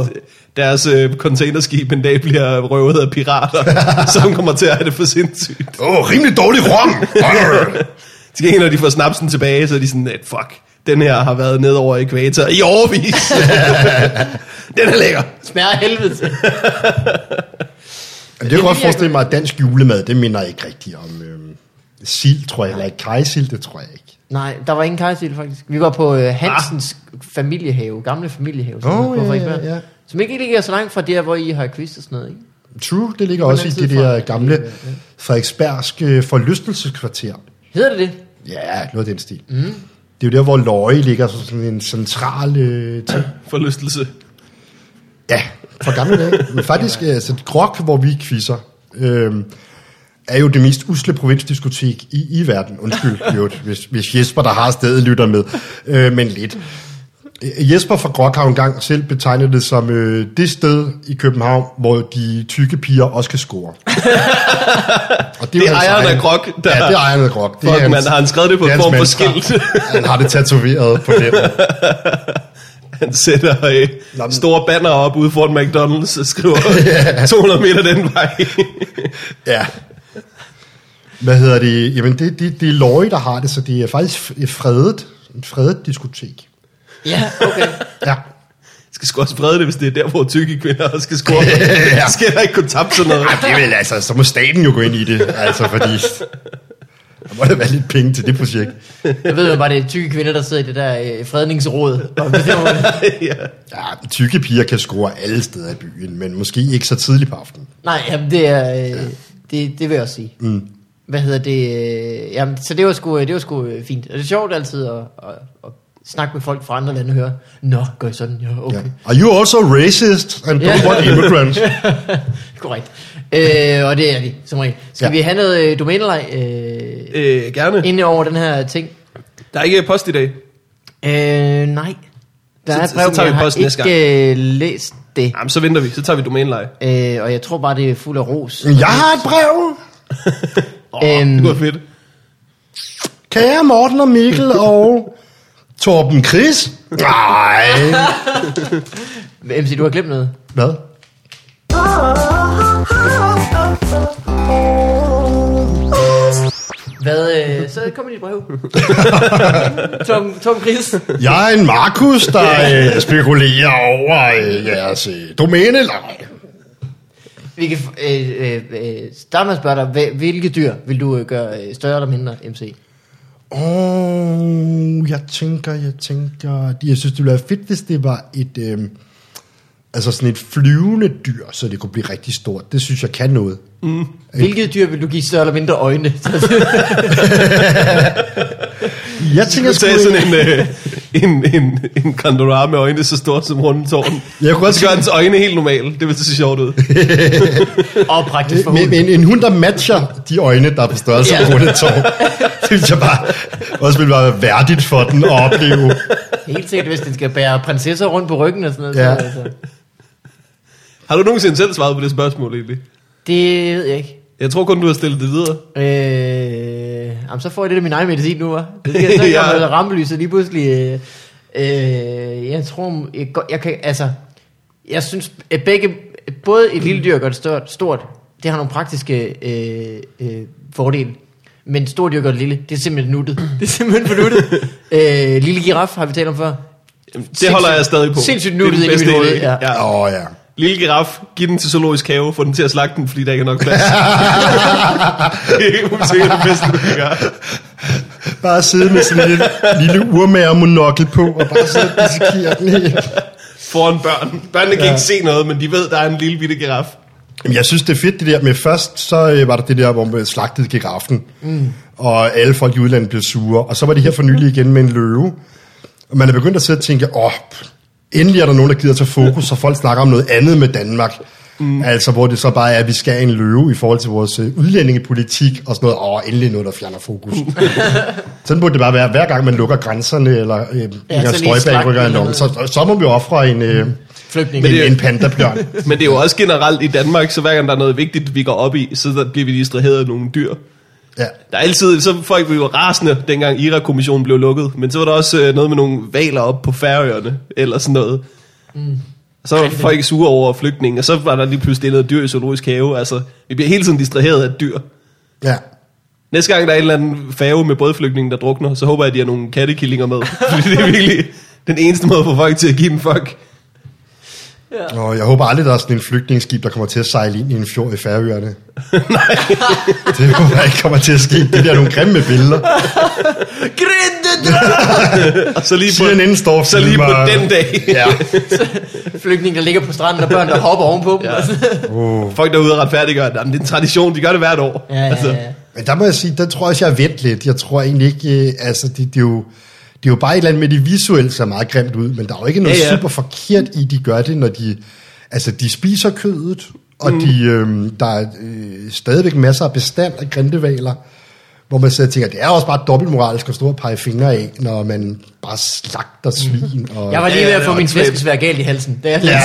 deres øh, containerskib en dag bliver røvet af pirater, som kommer til at have det for sindssygt. Åh, oh, rimelig dårlig rom. Arr. Til gengæld, når de får snapsen tilbage, så er de sådan, at fuck, den her har været ned over ekvator i overvis. den er lækker. Smager af helvede til. Men det kan jeg godt forestille mig, at dansk julemad, det minder ikke rigtigt om øhm, sild, tror jeg, eller ikke kajsild, det tror jeg ikke. Nej, der var ingen kajsil faktisk. Vi var på øh, Hansens familiehave, gamle familiehave, som Åh, oh, på ja, Frederiksberg. ja, ja. Som Som ikke ligger så langt fra der, hvor I har quiz og sådan noget, ikke? True, det ligger også i den det tid der fra? gamle Frederiksbergske forlystelseskvarter. Hedder det det? Ja, noget af den stil. Mm. Det er jo der, hvor Løje ligger som sådan en central øh, ting. Forlystelse. Ja, fra gamle dage. Men faktisk, altså, Grok, hvor vi quizzer, øh, er jo det mest usle provinsdiskotek i, i verden. Undskyld, jo, hvis, hvis Jesper, der har stedet, lytter med. Øh, men lidt. Øh, Jesper fra Grok har jo engang selv betegnet det som øh, det sted i København, hvor de tykke piger også kan score. Og Det jo er hans ejeren egen- af Grok, der... Ja, det er ejeren af Grok. Det er Fuck, hans- mand, har han skrevet det på er en hans form for mantra. skilt? Han har det tatoveret på det. Han sætter øh, store banner op ude foran McDonald's og skriver 200 meter den vej. Ja. Hvad hedder det? Jamen, det, det, det er Løje, der har det, så det er faktisk f- fredet. En fredet diskotek. Ja, okay. Ja. skal sgu også brede det, hvis det er der, hvor tykke kvinder også skal score. Ja. ja. Skal der ikke kunne tabe sådan noget? Ej, det vil altså, så må staten jo gå ind i det, altså, fordi... Der må da være lidt penge til det projekt. Jeg ved jo bare, det er tykke kvinder, der sidder i det der øh, fredningsråd. Og bestemmer, ja. Ja, tykke piger kan score alle steder i byen, men måske ikke så tidligt på aftenen. Nej, jamen det er... Øh, det, det vil jeg også sige. Mm. Hvad hedder det? Øh, jamen, så det var sgu, det var sgu øh, fint. Og det er sjovt altid at, at, at snakke med folk fra andre lande og høre, Nå, gør I sådan? Ja, okay. Ja. Are you also racist and don't Ja. want immigrants? Korrekt. Øh, og det er de, som regel. Skal Ja. ja. vi have noget øh, domænelej øh, Øh, gerne. inde over den her ting? Der er ikke post i dag. Øh, nej. Der Så- er et så brev, tager vi men jeg posten næste har ikke øh, læst det. Jamen, så venter vi. Så tager vi domæneleje. Øh, og jeg tror bare, det er fuld af ros. Jeg har et brev! Åh, oh, Øhm. det var fedt. Kære Morten og Mikkel og Torben Chris? Nej. MC, du har glemt noget. Hvad? Hvad, øh, så skrevet et comedybrev. Tom, Tom Gris. Jeg er en Markus, der øh, spekulerer over øh, jeres øh, domæneleje. Vi kan f- øh, øh, øh, starte med at spørge dig, hva- hvilke dyr vil du øh, gøre øh, større eller mindre MC? Åh, jeg tænker, jeg tænker... Jeg synes, det ville være fedt, hvis det var et... Øh, altså sådan et flyvende dyr, så det kunne blive rigtig stort. Det synes jeg kan noget. Hvilke dyr vil du give større eller mindre øjne? Altså, Jeg tænker Jeg sgu... tage sådan en, øh, en, en, en kondora med øjne så stort som rundetårn. Jeg kunne godt Så gør hans øjne helt normale. Det vil se sjovt ud. Og praktisk for Men, hunden. men en hund, der matcher de øjne, der er på størrelse Ja. af rundet tår, det synes jeg bare også ville være værdigt for den at opleve. Helt sikkert, hvis den skal bære prinsesser rundt på ryggen og sådan noget. Ja. Så, altså. Har du nogensinde selv svaret på det spørgsmål egentlig? Det ved jeg ikke. Jeg tror kun, du har stillet det videre. Øh, jamen, så får jeg det af min egen medicin nu, hva'? Det skal jeg så Ja. ikke ja. rammelyset lige pludselig. Øh, øh, jeg tror, jeg, går- jeg kan, altså, jeg synes, at begge, både et lille dyr gør det stort, stort det har nogle praktiske øh, øh, fordele. Men et stort dyr gør det lille, det er simpelthen nuttet. Det er simpelthen for nuttet. øh, lille giraf har vi talt om før. Det holder jeg stadig på. Sindssygt Det er den nuttet inde i bedste mit hoved, idé. ja. Åh ja. oh, ja. Lille giraf, giv den til zoologisk have, få den til at slagte den, fordi der ikke er nok plads. det er helt sikkert det bedste, du kan gøre. Bare sidde med sådan en lille, lille urmagermonokkel på, og bare sidde og dissekere den helt. Foran børn. Børnene kan ja. ikke se noget, men de ved, der er en lille bitte giraf. Jamen, Jeg synes, det er fedt det der med først, så øh, var der det der, hvor man slagtede giraffen, mm. og alle folk i udlandet blev sure, og så var det her for nylig igen med en løve, og man er begyndt at sidde og tænke, åh, pff, endelig er der nogen, der gider tage fokus, så folk snakker om noget andet med Danmark. Mm. Altså, hvor det så bare er, at vi skal have en løve i forhold til vores øh, udlændingepolitik og sådan noget. Åh, endelig noget, der fjerner fokus. sådan burde det bare være, hver gang man lukker grænserne, eller øh, ja, så Inger lige Støjberg slagte rykker en den lom, så, så må vi ofre en, øh, Flygtninge. Men det er en, jo- en pandabjørn. Men det er jo også generelt i Danmark, så hver gang der er noget vigtigt, vi går op i, så der bliver vi distraheret af nogle dyr. Ja. Der er altid, så folk blev jo rasende, dengang Irak-kommissionen blev lukket, men så var der også øh, noget med nogle valer op på færøerne, eller sådan noget. Mm. Så var folk sure over flygtninge, og så var der lige pludselig noget dyr i zoologisk have. Altså, vi bliver hele tiden distraheret af dyr. ja. Næste gang der er en eller anden fave med bådflygtninge, der drukner, så håber jeg, at de har nogle kattekillinger med. Fordi det er virkelig den eneste måde for folk til at give en fuck. Og jeg håber aldrig, der er sådan en flygtningsskib, der kommer til at sejle ind i en fjord i Færøerne. Nej. Det håber jeg ikke kommer til at ske. Det der er nogle grimme billeder. Grinde, Og så lige på, CNN står og så lige på filmer- den dag. Ja. Flygtninge, der ligger på stranden, og børn, der hopper ovenpå dem. Ja. Oh. Folk derude retfærdiggør, at jamen, det er en tradition, de gør det hvert år. Ja, ja, Altså, ja. Men der må jeg sige, der tror jeg også, jeg har vendt lidt. Jeg tror egentlig ikke, øh, altså det, det er jo... Det er jo bare et eller andet med, det visuelle ser meget grimt ud, men der er jo ikke noget Ja, ja, ja. ja. super forkert i, de gør det, når de... Altså, de spiser kødet, og mm. de, øh, der er øh, stadigvæk masser af bestand af grindevaler, hvor man sidder og tænker, det er også bare dobbeltmoralsk at stå og pege fingre af, når man bare slagter svin. Og, Jeg var lige Ja, ved at det få var min et knæb. flæskesvær galt i halsen. Det er ja.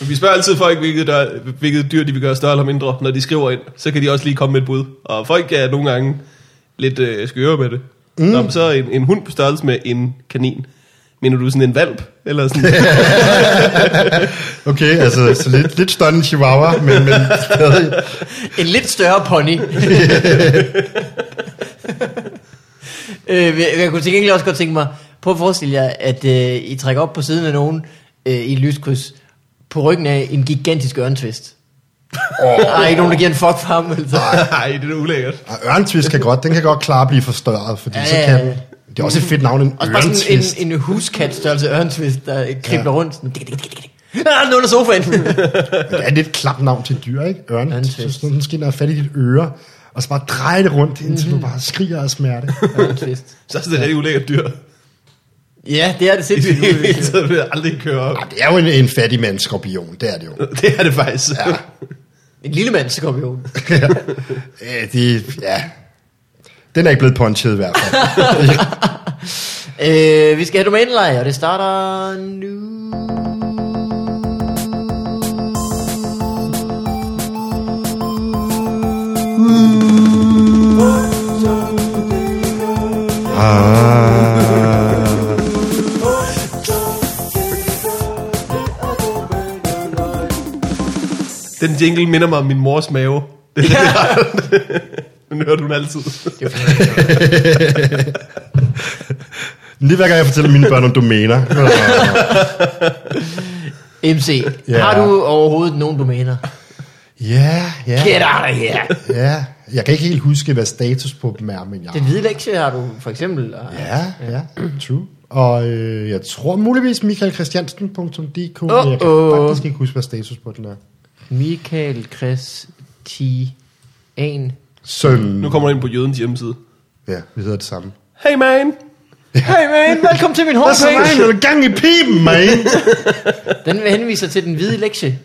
Vi spørger altid folk, hvilket, dør, hvilket dyr de vil gøre større eller mindre, når de skriver ind. Så kan de også lige komme med et bud. Og folk er nogle gange lidt øh, skøre med det. Mm. Nå, men så en, en hund på størrelse med en kanin. Mener du sådan en valp? Eller sådan? Okay, altså så lidt, lidt større end Chihuahua, men, men stadig. En lidt større pony. øh, jeg, jeg kunne til gengæld også godt tænke mig, prøv at forestille jer, at øh, I trækker op på siden af nogen øh, i et lyskryds, på ryggen af en gigantisk ørntvist. Oh. Ej, ikke nogen, der giver en fuck for ham, altså. Nej, det er da ulækkert. Og ørntvist kan godt, den kan godt klare at blive forstørret, fordi Ja, ja, så ja, kan ja. Det er også et fedt navn, en Og bare sådan ørntvist. en, en huskat-størrelse ørntvist, der kribler ja. rundt. Sådan, dik, dik, dik, dik. Ah, den er under sofaen. Men Det er lidt klap navn til dyr, ikke? Ørntvist. Ørntvist. Så sådan, den skal ind og have fat i dit øre, og så bare dreje det rundt, indtil mm-hmm. du bare skriger af smerte. ørntvist. Så er det et rigtig ulækkert dyr. Ja, det er det I det sindssygt. hele taget vil jeg aldrig køre op. Ej, det er jo en, en fattig mands skorpion, det er det jo. Det er det faktisk. Ja. En lille mand, så kommer vi over. Øh, det, ja. Den er ikke blevet punchet i hvert fald. Øh, vi skal have domæneleje, og det starter nu. Ah. Den jingle minder mig om min mors mave. Det, ja. Den hørte hun altid. Lige hver gang jeg fortæller mine børn om domæner. MC, Ja. har du overhovedet nogen domæner? Ja, ja, Get out of here! ja. Jeg kan ikke helt huske, hvad status på dem er, men jeg... Den hvide lektie har du for eksempel. Og... Ja, ja, true. Og øh, jeg tror muligvis michaelchristiansen.dk, men jeg kan Uh-oh. faktisk ikke huske, hvad status på den er. Michael Christian. Søm. Nu kommer du ind på jødens hjemmeside. Ja, vi hedder det samme. Hey man! Hey man! Velkommen til min homepage! noget gang i piben, man. Den henviser til den hvide lektie,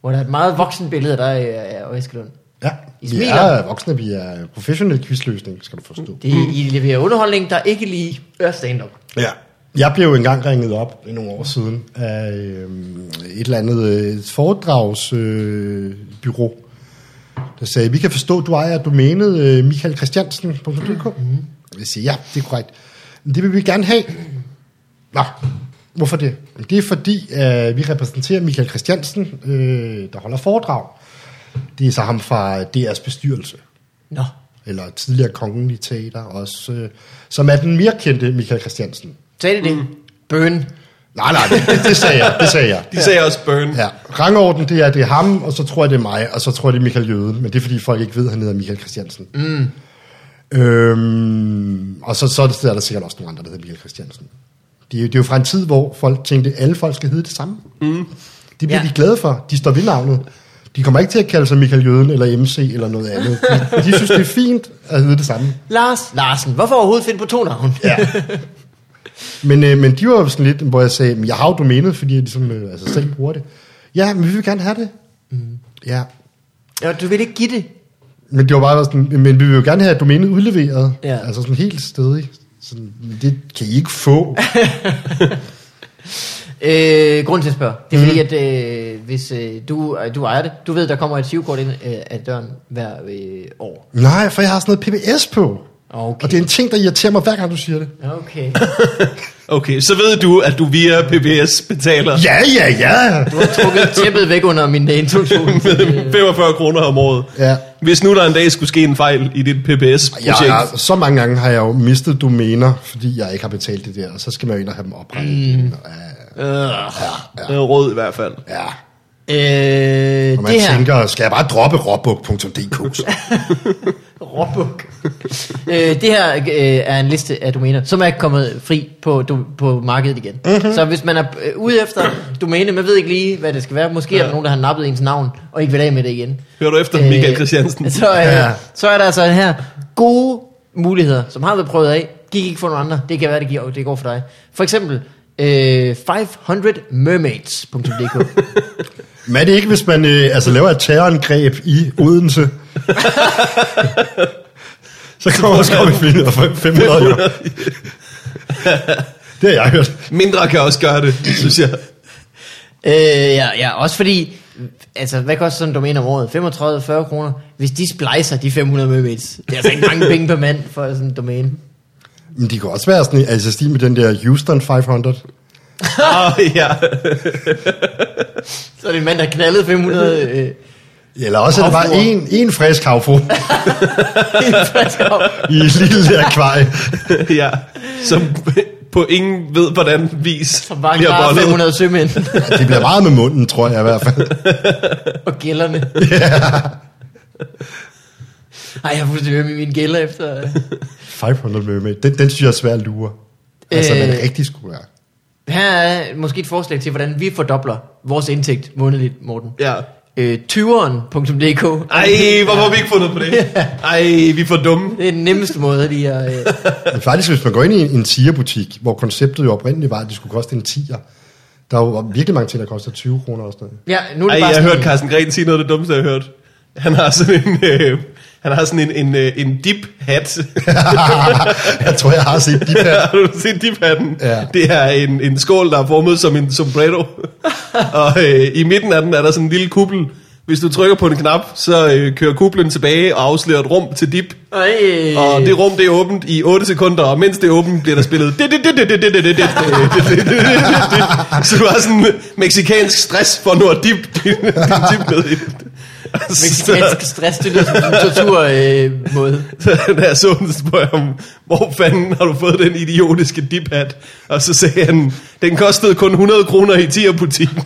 hvor der er et meget voksen billede af dig øh, og Eskelund. ja, I vi smiler. er voksne, vi er professionel quizløsning, skal du forstå. Det er, I leverer underholdning, der ikke lige er stand-up. Ja. Jeg blev jo engang ringet op det er nogle år siden af øhm, et eller andet øh, foredragsbyrå, øh, bureau, der sagde, vi kan forstå, du ejer domænet øh, Michael Christiansen.dk. Mm. Jeg siger, ja, det er korrekt. Men det vil vi gerne have. Nå, hvorfor det? Det er fordi, øh, vi repræsenterer Michael Christiansen, øh, der holder foredrag. Det er så ham fra DR's bestyrelse Nå, eller tidligere kongelige teater også, øh, som er den mere kendte Michael Christiansen. sagde de det? Mm. Bøn. Nej, nej, det, det, det sagde jeg, det sagde jeg. De sagde også burn. Ja, rangorden, det er, det er ham, og så tror jeg, det er mig, og så tror jeg, det er Michael Jøden, men det er, fordi folk ikke ved, at han hedder Michael Christiansen. Mm. Øhm, og så, så er der- er der sikkert også nogle andre, der hedder Michael Christiansen. Det er, jo- det er jo fra en tid, hvor folk tænkte, at alle folk skal hedde det samme. Mm. Det bliver Ja. ja. de glade for. De står ved navnet. De kommer ikke til at kalde sig Michael Jøden eller MC eller noget andet. De, de synes, det er fint at hedde det samme. Lars Larsen. Hvorfor overhovedet finde på to navn? Ja. men, øh, men de var jo sådan lidt, hvor jeg sagde, "Men jeg har jo domænet, fordi jeg ligesom, øh, altså selv bruger det. Ja, men vi vil gerne have det. Mm. Ja. Ja, du vil ikke give det. Men det var bare sådan, men vi vil jo gerne have domænet udleveret. Ja. Altså sådan helt stedig. Sådan, "Men det kan I ikke få. Øh, grund til at spørge. Det er mm. fordi, at øh, hvis øh, du, øh, du ejer det, du ved, der kommer et sivkort ind øh, af døren hver øh, år. Nej, for jeg har sådan noget PBS på. Okay. Og det er en ting, der irriterer mig, hver gang du siger det. Okay. Okay, så ved du, at du via PBS betaler Ja, ja, ja. Du har trukket tæppet væk under min øh, introduktion. med 45 kroner om året. Ja. Hvis nu der en dag skulle ske en fejl i dit PBS-projekt. Jeg, jeg, så mange gange har jeg jo mistet domæner, fordi jeg ikke har betalt det der, og så skal man jo ind og have dem oprettet. Mm. Øh, ja. Rød i hvert fald. Ja, øh, Og man det her. tænker, skal jeg bare droppe råbuk.dk? så? Råbuk. øh, det her øh, er en liste af domæner, som er kommet fri på, du, på markedet igen. Mm-hmm. Så hvis man er øh, ude efter domæne, man ved ikke lige, hvad det skal være. Måske ja. er der nogen, der har nappet ens navn, og ikke vil af med det igen. Hører du Øh, efter, Michael Christiansen? Så, øh, ja. Ja. så er der altså den her gode muligheder, som har været prøvet af. Gik ikke for nogen andre. Det kan være, det, giver, det går for dig. For eksempel øh, 500mermaids.dk Men er det ikke, hvis man øh, altså, laver et terrorangreb i Odense? så kommer man komme i 500 euro. Det har jeg hørt. Mindre kan også gøre det, synes jeg. Øh, ja, ja, også fordi, altså, hvad koster sådan en domæne om året? 35-40 kroner? Hvis de splicer de 500 møbits, det er altså ikke mange penge per mand for sådan en domæne. Men de kan også være sådan, altså stil med den der Houston 500. Oh, ja. Så er det en mand, der knaldede 500 øh, Eller også er der bare Havfruer. en, en frisk havfru flasker op. i et lille akvarie. ja. Som på ingen ved, hvordan vis Som bare klarer 500 sømænd Det bliver meget med munden, tror jeg i hvert fald. og gælderne. Ej, jeg har fuldstændig hørt mine gælder efter. øh. 500 mermaid. Den, den synes jeg er svær at lure. Altså, man Øh. rigtig skulle være. Her er måske et forslag til, hvordan vi fordobler vores indtægt månedligt, Morten. Ja. Øh, 20'eren.dk Ej, hvorfor har vi ikke fundet på det? Ej, vi er for dumme. Det er den nemmeste måde lige at... Øh, Men Altså, faktisk, hvis man går ind i en, en tierbutik, hvor konceptet jo oprindeligt var, at det skulle koste en tier, der er jo virkelig mange ting, der koster 20 kroner og sådan ja, noget. nu er det Ej, bare jeg har sådan- hørt Carsten Gren sige noget af det dummeste, jeg har hørt. Han har sådan en... Øh, han har sådan en, en, øh, en dip hat. jeg tror, jeg har set de her. har du set dip hatten? Ja. Det er en, en skål, der er formet som en sombrero. og øh, i midten af den er der sådan en lille kuppel. Hvis du trykker på en knap, så øh, kører kuplen tilbage og afslører et rum til dip. Ej. øh, Og det rum, det er åbent i 8 sekunder, og mens det er åbent, bliver der spillet... Så du har sådan meksikansk stress for at nå at dip, din dip med. Mexikansk stress, det lyder som en torturmåde. Øh, måde. Så da jeg så den, så spurgte jeg ham, hvor fanden har du fået den idiotiske diphat? Og så sagde han, den kostede kun 100 kroner i tierbutikken.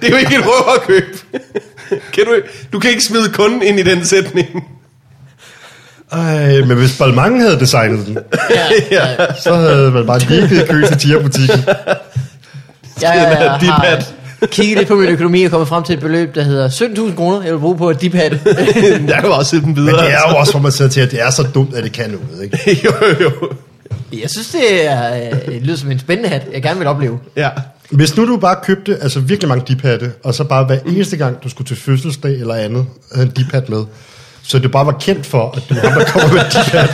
det er jo ikke et røverkøb. kan du, ikke- du kan ikke smide kunden ind i den sætning. Ej, men hvis Balmain havde designet den, Ja, ja, ja. så havde man bare lige givet kø til tierbutikken. Jeg Den er har diphat. kigget lidt på min økonomi og kommet frem til et beløb, der hedder 17.000 kroner, jeg vil bruge på et diphat. jeg kan bare sætte den Men videre. det er jo også, hvor man sidder til, at det er så dumt, at det kan noget, ikke? altså. jo, jo. Jeg synes, det er, øh, det lyder som en spændende hat, jeg gerne vil opleve. Ja. Hvis nu du bare købte altså virkelig mange diphatte, og så bare hver eneste gang, du skulle til fødselsdag eller andet, havde en diphat med, så du bare var kendt for, at du var ham, der kommer med en diphat.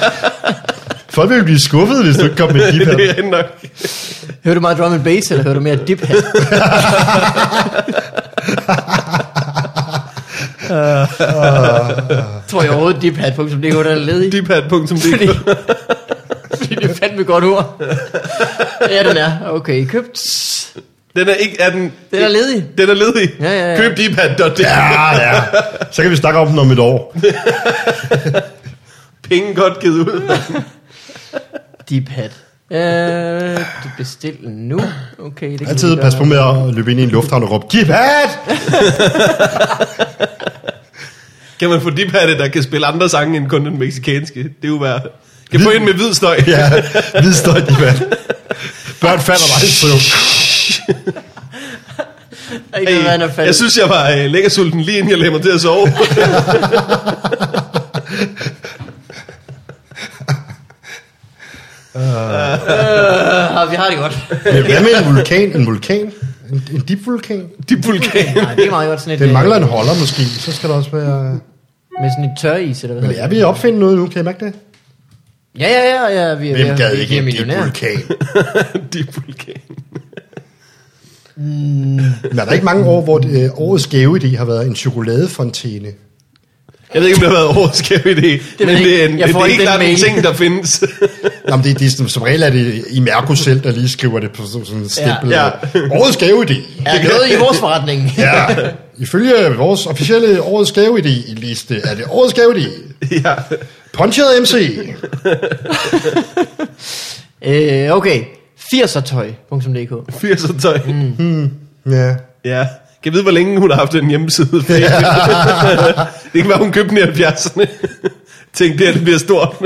Folk ville blive skuffet, hvis du ikke kom med en diphat. det er nok. Hører du meget drum and bass, eller hører du mere diphat? Tror jeg overhovedet diphat.dk, der er ledig. Diphat.dk Fordi, fordi det er fandme et godt ord. Ja, den er. Okay, købt. Den er ikke, er den... Den er ledig. Den er ledig. Ja, ja, ja. Køb diphat.dk. Ja. Ja, ja. Så kan vi snakke om den om et år. Penge godt givet ud. Diphat. Øh, du bestil nu. Okay, det kan Altid vi gøre. pas på med at løbe ind i en lufthavn og råbe, diphat! Kan man få diphatte, der kan spille andre sange end kun den meksikanske? Det er jo værd. Kan få en med hvid støj. Ja, lige står diphat. Børn falder bare i søvn. Der er Ikke noget, han er Hey, faldet. jeg synes, jeg var øh, lækker sulten lige inden jeg lagde mig til at sove. Øh, vi har det godt. Men hvad med en vulkan? En vulkan? En, en deep vulkan? De vulkan. Nej, det er meget godt sådan et... Den øh, mangler en holder måske, så skal der også være... Med sådan et tørris, eller hvad Men hedder er vi opfinde noget nu, kan I mærke det? det? Ja, ja, ja, ja, vi er ved Hvem at- gad vi ikke er en deep millionærer. vulkan? De vulkan. Men er der ikke mange år, hvor det, øh, årets gaveidé har været en chokoladefontæne? Jeg ved ikke, om det har været årets skæv idé. ved Det men jeg det er, ikke. en, Jeg det får er ikke ikke klart den en mail. ting, der findes. Nå, men det, det er sådan, som regel er det i Mærko selv, der lige skriver det på sådan sådan en stempel. Ja. Årets gaveidé. Er noget i vores forretning? Ja. Ifølge vores officielle årets gaveidé liste er det årets gaveidé. ja. Punchet MC. øh, okay. 80ertøj.dk 80'er tøj. Mm. Ja. Ja. Kan jeg vide, hvor længe hun har haft den hjemmeside? det kan være, hun købte den i 70'erne. Tænkte, det her det bliver stort.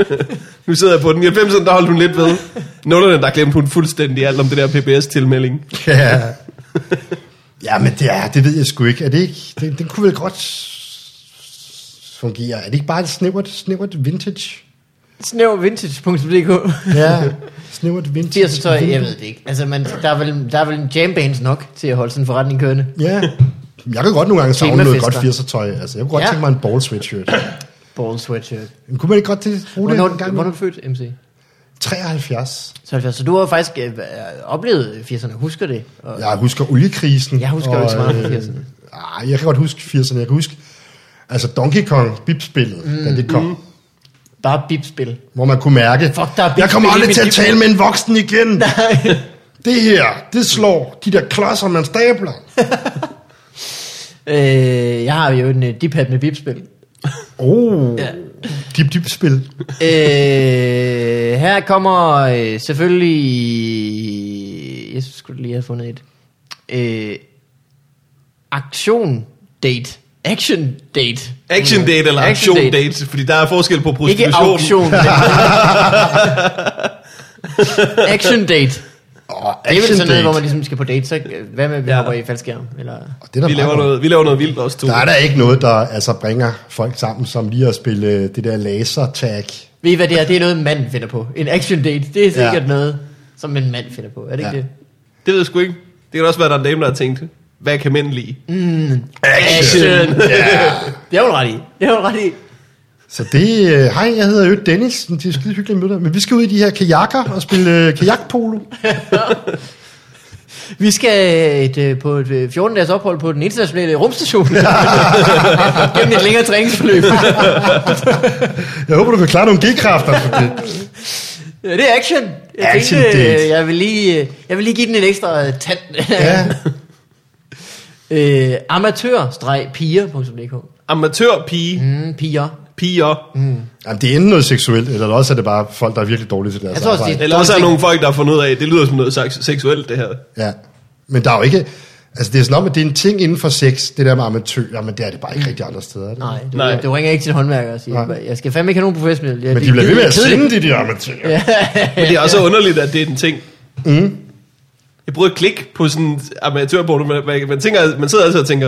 nu sidder jeg på den. I 90'erne, der holdt hun lidt ved. Nullerne, der glemte hun fuldstændig alt om det der PBS-tilmelding. Ja. Ja, men det, er, det ved jeg sgu ikke. Er det ikke? Det, det kunne vel godt fungere. Er det ikke bare et snævert, snævert vintage? Snævervintage.dk Ja, snævert vintage. 80ertøj, jeg ved det ikke. Altså, man, der, er vel, der er vel en jambands nok til at holde sådan en forretning kørende. Ja. Jeg kan godt nogle gange savne noget godt Temafester. 80'er tøj. Altså, jeg kunne godt Ja. tænke mig en ball sweatshirt. Ball sweatshirt. Men kunne man ikke godt til, bruge det Hvornår, en gang? hvornår er imellem? du født, MC? 73. 70. Så du har jo faktisk øh, øh, oplevet 80'erne, husker det? Og, Jeg husker oliekrisen. Jeg husker jo ikke så meget fra øh, 80'erne. ej, jeg kan godt huske 80'erne. Jeg kan huske, altså Donkey Kong, bipspillet, mm, da det kom. Mm. Bare bipspil. Hvor man kunne mærke, Fuck, der er jeg kommer bipspil i aldrig mit til at liv." tale med en voksen igen. det her, det slår de der klodser, man stabler. Øh, jeg har jo en uh, diphat med bipspil. Oh, Ja. ja. dip dip spil. øh, her kommer øh, selvfølgelig... Jeg skulle lige have fundet et. Øh, aktion date. Action date. Action date eller action date. date, fordi der er forskel på Ikke prostitution. auktion. men- action date. Og Det er vel sådan noget, hvor man man... ligesom skal på date, så øh, hvad med, at vi Ja. ja. hopper i faldskærm? Eller... Det er Vi da laver, meget noget, vi laver noget vildt også to. Der er der ikke noget, der altså bringer folk sammen, som lige at spille øh, det der laser tag. Ved I hvad det er? Det er noget, mand finder på. En action date, det er Ja. sikkert ja. noget, som en mand finder på. Er det ikke Ja. ja. det? Det ved jeg sgu ikke. Det kan også være, der er en dame, der har tænkt, hvad kan mænd lide? Mm. Action! Det har hun ret i. Det har hun ret i. Så det, øh, hej, jeg hedder jo Dennis, det er skide hyggeligt at møde dig, men vi skal ud i de her kajakker og spille øh, kajakpolo. Vi skal et, øh, på et øh, 14 dages ophold på den internationale rumstation. Gennem et længere træningsforløb. Jeg håber, du kan klare nogle g-kræfter for det. Ja, det er action. Jeg Action tænkte, øh, date. jeg vil, lige, øh, jeg vil lige give den en ekstra øh, tand. Ja. Øh, Øh, amatør-piger.dk Amatørpige. Mm. mm, Piger. Piger. Mm. Jamen, det er enten noget seksuelt, eller også er det bare folk, der er virkelig dårlige til deres Jeg tror også, arbejde. det Eller også er der nogle folk, der har fundet ud af, det lyder som noget seks- seksuelt, det her. Ja, men der er jo ikke... Altså, det er sådan om, at det er en ting inden for sex, det der med amatører, men det er det bare ikke rigtig andre steder. er Det? Nej, du, Nej. Nej. du ringer ikke til en håndværker og siger, Nej. jeg skal fandme ikke have nogen professionel. Ja, Men de bliver ved med at kedeligt. sende de der amatører. Ja. Men det er også underligt, at det er en ting. Mm. Jeg prøvede at klikke på sådan en amatørporno, men man, man, tænker, man sidder altså og tænker,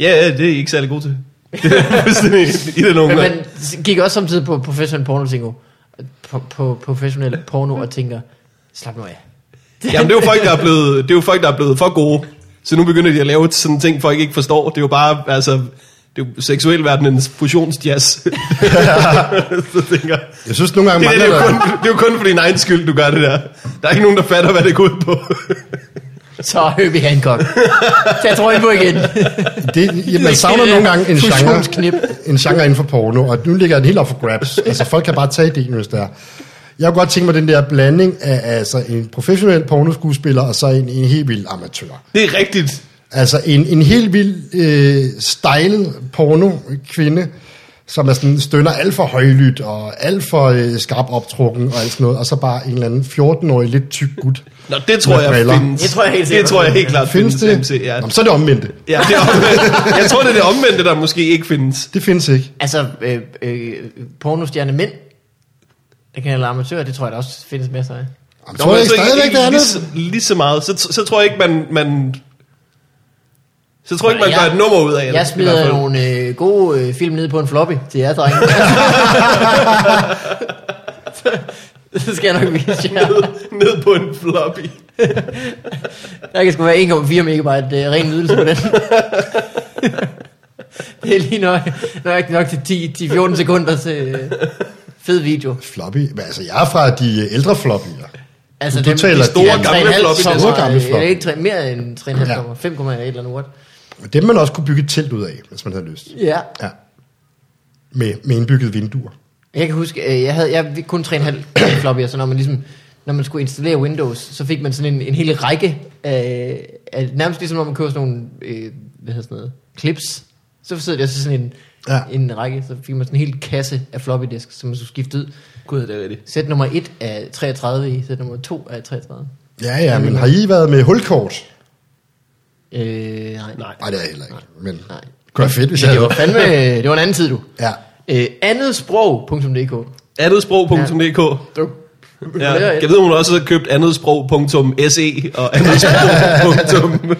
ja, ja, det er I ikke særlig god til. Det er fuldstændig i det nogen Men man, man gik også samtidig på professionel porno og tænker, på, på professionel porno og tænker, slap nu af. Jamen, det er, jo folk, der er blevet, det er jo folk, der er blevet for gode. Så nu begynder de at lave sådan ting, folk ikke forstår. Det er jo bare, altså, det er jo seksuel verdenens fusionsjazz. så tænker, jeg, Jeg synes nogle gange det, det, det, er jo mangler kun, der... det er jo kun for din egen skyld, du gør det der. Der er ikke nogen, der fatter, hvad det går ud på. Så Herbie Hancock. Tag trøjen på igen. Det, ja, man savner nogle gange en Fusionsknip. genre, en genre inden for porno, og nu ligger den helt op for grabs. Altså, folk kan bare tage ideen, hvis det er. Jeg kunne godt tænke mig den der blanding af altså, en professionel pornoskuespiller, og så en, en helt vild amatør. det er rigtigt. Altså en, en helt vild øh, stylet porno-kvinde, som er sådan, stønner alt for højlydt og alt for øh, skarp optrukken og alt sådan noget, og så bare en eller anden 14-årig lidt tyk gut. Nå, det tror Med jeg briller. findes. Det tror jeg helt det sikkert tror jeg helt klart Findes findes. det? MC, ja. Nå, men så er det omvendt. ja det er omvendt. jeg tror, det er det omvendte, der måske ikke findes. Det findes ikke. Altså, øh, øh, pornostjerne mænd, der kan lade amatører, det tror jeg der også findes med sig. Jamen, tror jeg altså, ikke stadigvæk, det lige, er andet. så- lige så meget. Så, så tror jeg ikke, man... man så tror jeg ikke, man Jeg- gør et nummer ud af det. Jeg i hvert smider fald. nogle øh, gode øh, film ned på en floppy til jer, drenge. Så skal jeg nok vise jer. ned, ned på en floppy. Der kan sgu være 1,4 megabyte øh, ren nydelse på den. det er lige nok, nok, nok til 10-14 sekunder til øh, fed video. Floppy. Men, altså, jeg er fra de øh, ældre floppyer. Altså, Du taler de store gamle floppy sommer, disker. Gamle gamle floppy. floppy. Det er ikke tre, mere end 3,5 Ja. sommer. 5,1 eller andet ord. Men dem man også kunne bygge et telt ud af, hvis man havde lyst. Ja. Ja. Med, med indbygget vinduer. Jeg kan huske, øh, jeg havde jeg kun 3,5 floppy, så når man ligesom når man skulle installere Windows, så fik man sådan en, en hel række af, af, nærmest ligesom når man køber sådan nogle, øh, hvad hedder sådan noget, clips, så sidder der så sådan en, Ja. ja. en række, så fik man sådan en hel kasse af floppy disk, som man skulle skifte ud. Gud, det er rigtigt. Sæt nummer 1 af 33 i, sæt nummer 2 af 33. Ja, ja, men har I været med hulkort? Øh, nej. Nej. Nej, det er jeg heller ikke. Men Nej. det kunne være fedt, hvis jeg Det havde. var fandme, det var en anden tid, du. Ja. Øh, andetsprog.dk Andetsprog.dk Du. ja. Det er et. Jeg ved, hun også har købt andetsprog.se E og andetsprog.eu.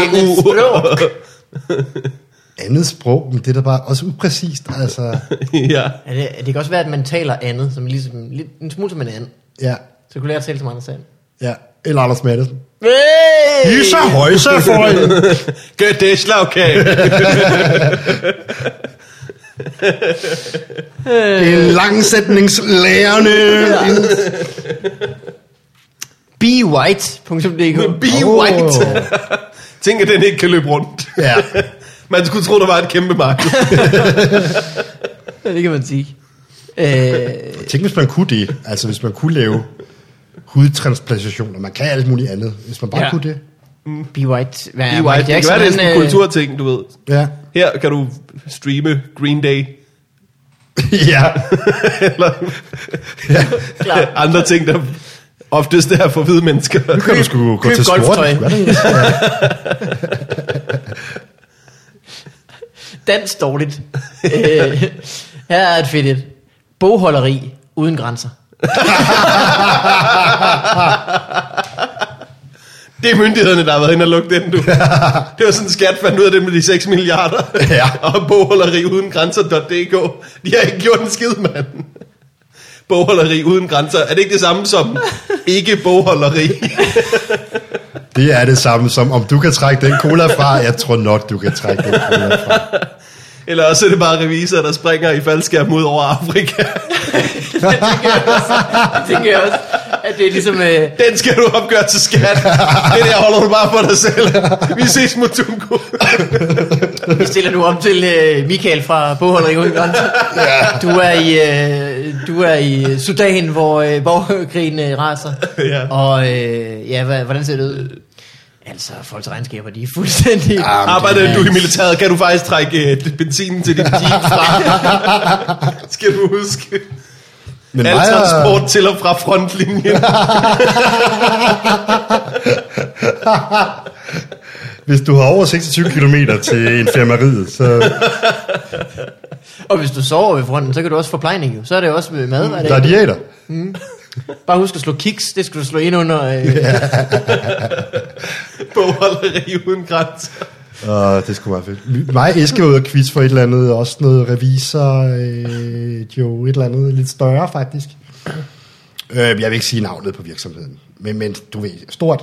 Andetsprog. Andet sprog, men det er da bare også upræcist. Altså, ja. Ja, det, det kan også være, at man taler andet, som ligesom, lidt, en smule som en anden. ja, Så kunne lære at tale som Anders Sand. ja. Eller Anders Maddelsen. Hey! I er så høje, så får I. Gør det, slagkage. En langsætningslærende. BeWhite.dk Be Åh. white. Tænk, at den ikke kan løbe rundt. Ja. Man skulle tro, der var et kæmpe marked. Ja, Det kan man sige. Øh, Tænk, hvis man kunne det. Altså, hvis man kunne lave hudtransplantationer. Man kan alt muligt andet, hvis man bare Ja. kunne det. Be White. Hvad Be white. Det kan være, det er sådan øh, en kulturting, du ved. Ja. Her kan du streame Green Day. ja. Eller Klar. andre ting, der oftest er for hvide mennesker. Nu kan du sgu gå køb til sport. golftøj. Hvad er det? Dans dårligt. øh, her er et fedt et. Bogholderi uden grænser. Det er myndighederne, der har været inde og lukke den, du. Det var sådan, skat fandt ud af det med de 6 milliarder. Ja. Og bogholderi uden grænser.dk. De har ikke gjort en skid, mand. Bogholderi uden grænser. Er det ikke det samme som ikke bogholderi? Det er det samme som, om du kan trække den cola fra. Jeg tror nok, du kan trække den cola fra. Eller også er det bare revisorer, der springer i faldskærm ud over Afrika. Jeg tænker jeg også, at det er ligesom... Øh, Den skal du opgøre til skat. Det der holder du bare for dig selv. Vi ses, Mutungo. vi stiller nu om til øh, Michael fra Bogholderi uden grænser. ja. Du er i, øh, du er i Sudan, hvor øh, borgerkrigen øh, raser. Ja. Og øh, ja, hva, hvordan ser det ud? Altså, folks regnskaber, de er fuldstændig... Ah, Arbejder du i militæret, kan du faktisk trække øh, benzinen til din jeep fra. Skal du huske. Men Al mig er- transport til og fra frontlinjen. Hvis du har over 26 km til infirmeriet, så Og hvis du sover ved fronten, så kan du også få plejning jo. Så er det jo også med mad. Mm, der er diæter. Bare husk at slå kiks, det skal du slå ind under... Øh, Bogholderi uden grænser. Uh, det skulle være fedt. Mig Eske var ude og quiz for et eller andet, også noget revisor, øh, jo et eller andet lidt større faktisk. Øh, jeg vil ikke sige navnet på virksomheden, men, men du ved, stort.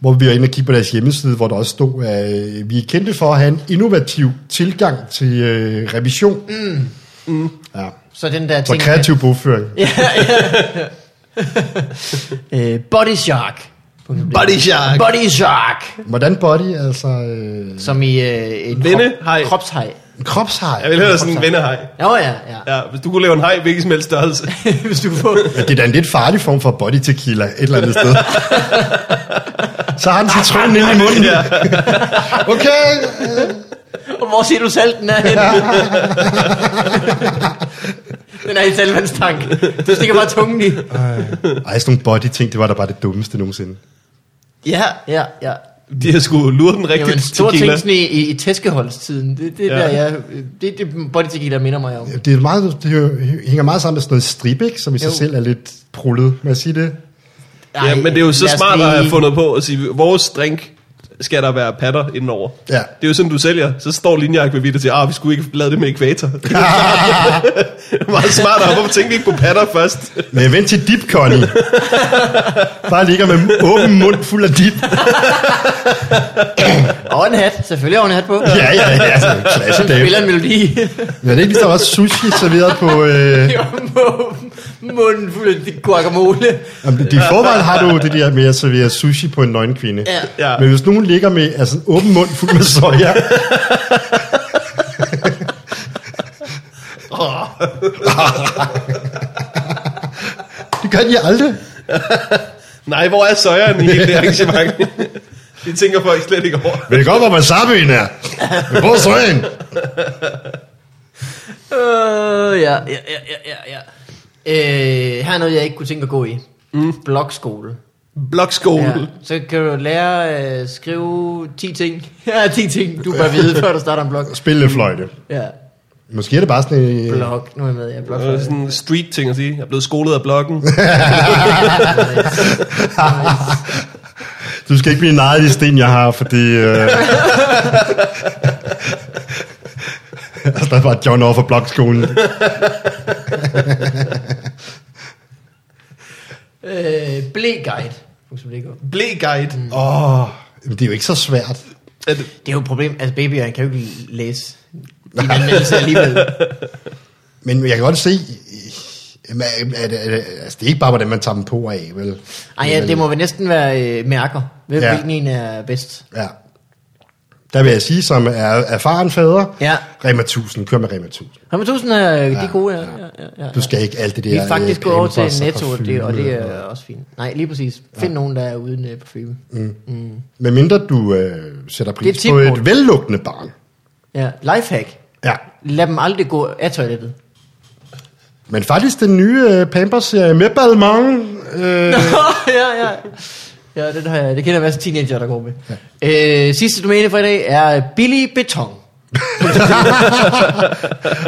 Hvor vi var inde og kigge på deres hjemmeside, hvor der også stod, at øh, vi er kendte for at have en innovativ tilgang til øh, revision. Mm. Mm. Ja. så den der Så ting... kreativ bogføring. ja, ja. øh, body shark. Body shark. Body shark. Hvordan body, altså... Øh, Som i øh, et Vendehaj. krop, kropshej. kropshej. Jeg vil høre sådan en vennehej. Nå ja, ja. ja. Ja, hvis du kunne lave en hej, hvilken som helst størrelse. hvis du får... Det er da en lidt farlig form for body tequila, et eller andet sted. Så har han citronen ind i munden. Ja. Okay. Og hvor ser du salten er henne? den er i saltvandstank. Du stikker bare tungen i. Ej, sådan nogle body ting, det var da bare det dummeste nogensinde. Ja, ja, ja. De har sgu lure den rigtigt Jamen, Jamen, stor tequila. ting sådan i, i, i tæskeholdstiden. Det, det, er Ja. der, jeg, det, det body tequila minder mig om. Det, er meget, det hø- hænger meget sammen med sådan noget strip, ikke? som i sig Jo. selv er lidt prullet. Må jeg sige det? Ja, men det er jo så lad os smart at have lige- fundet på at sige, vores drink skal der være patter indenover. Ja. Det er jo sådan, du sælger. Så står linjak ved vidt og siger, ah, vi skulle ikke lave det med ekvator. Meget smart, og hvorfor tænkte vi ikke på patter først? Men vent til dip, Connie. Bare ligger med åben mund fuld af dip. Og en hat. Selvfølgelig har hun en hat på. Ja, ja, ja. Sådan en klasse Hun dame. spiller en melodi. Men er det ikke ligesom også sushi serveret på... Øh, Jo, mu- Munden fuld af guacamole. Jamen, det- det i forvejen har du det der med at servere sushi på en nøgen kvinde. Ja. Ja. Men hvis nogen ligger med altså, en åben mund fuld med soja, Oh, det gør de aldrig. nej, hvor er søjeren i hele det arrangement? det tænker folk slet ikke over. Men det går, hvor wasabien er. Men hvor er sojaen? Øh, ja, ja, ja, ja, ja, ja. Øh, her er noget, jeg ikke kunne tænke at gå i. Mm. Blokskole. Blokskole. Ja. Ja. Så kan du lære at øh, skrive 10 ting. Ja, 10 ting, du bør vide, før du starter en blog. Spille fløjte. Ja, Måske er det bare sådan en... blog. Nu er jeg med, jeg er blog. Det Øh. er sådan en street ting at sige. Jeg er blevet skolet af blokken. Du skal ikke blive nejet i sten, jeg har, fordi... Øh... altså, der var John over for blokskolen. Øh, Bleguide. Det Bleguide. Åh, oh, det er jo ikke så svært. Er det- er jo et problem. Altså, babyer kan jo ikke læse din anmeldelse alligevel. Men jeg kan godt se... Jamen, er det, er det, altså, det er ikke bare, hvordan man tager dem på og af, vel? Ej, ja, det må vel næsten være øh, mærker. Hvem, øh, Ja. ja. Hvilken en er bedst? Ja. Der vil jeg sige, som er erfaren fader, Ja. Rema 1000, kør med Rema 1000. Kom med tusind af de Ja, er gode, ja. ja. ja, ja, ja. Du skal ikke alt det der... Vi er faktisk øh, gået over til pampers og netto, det, og parfume det er også fint. Nej, lige præcis. Find ja. nogen, der er uden øh, parfume. Medmindre du øh, sætter pris Det er på et tip, et vellukkende barn. Ja, lifehack. Ja. Lad dem aldrig gå af toilettet. Men faktisk den nye øh, Pampers-serie med Balmain, øh, ja, ja. Ja, det, har jeg, det kender jeg masser af teenager, der går med. Ja. Øh, sidste domæne for i dag er billig beton.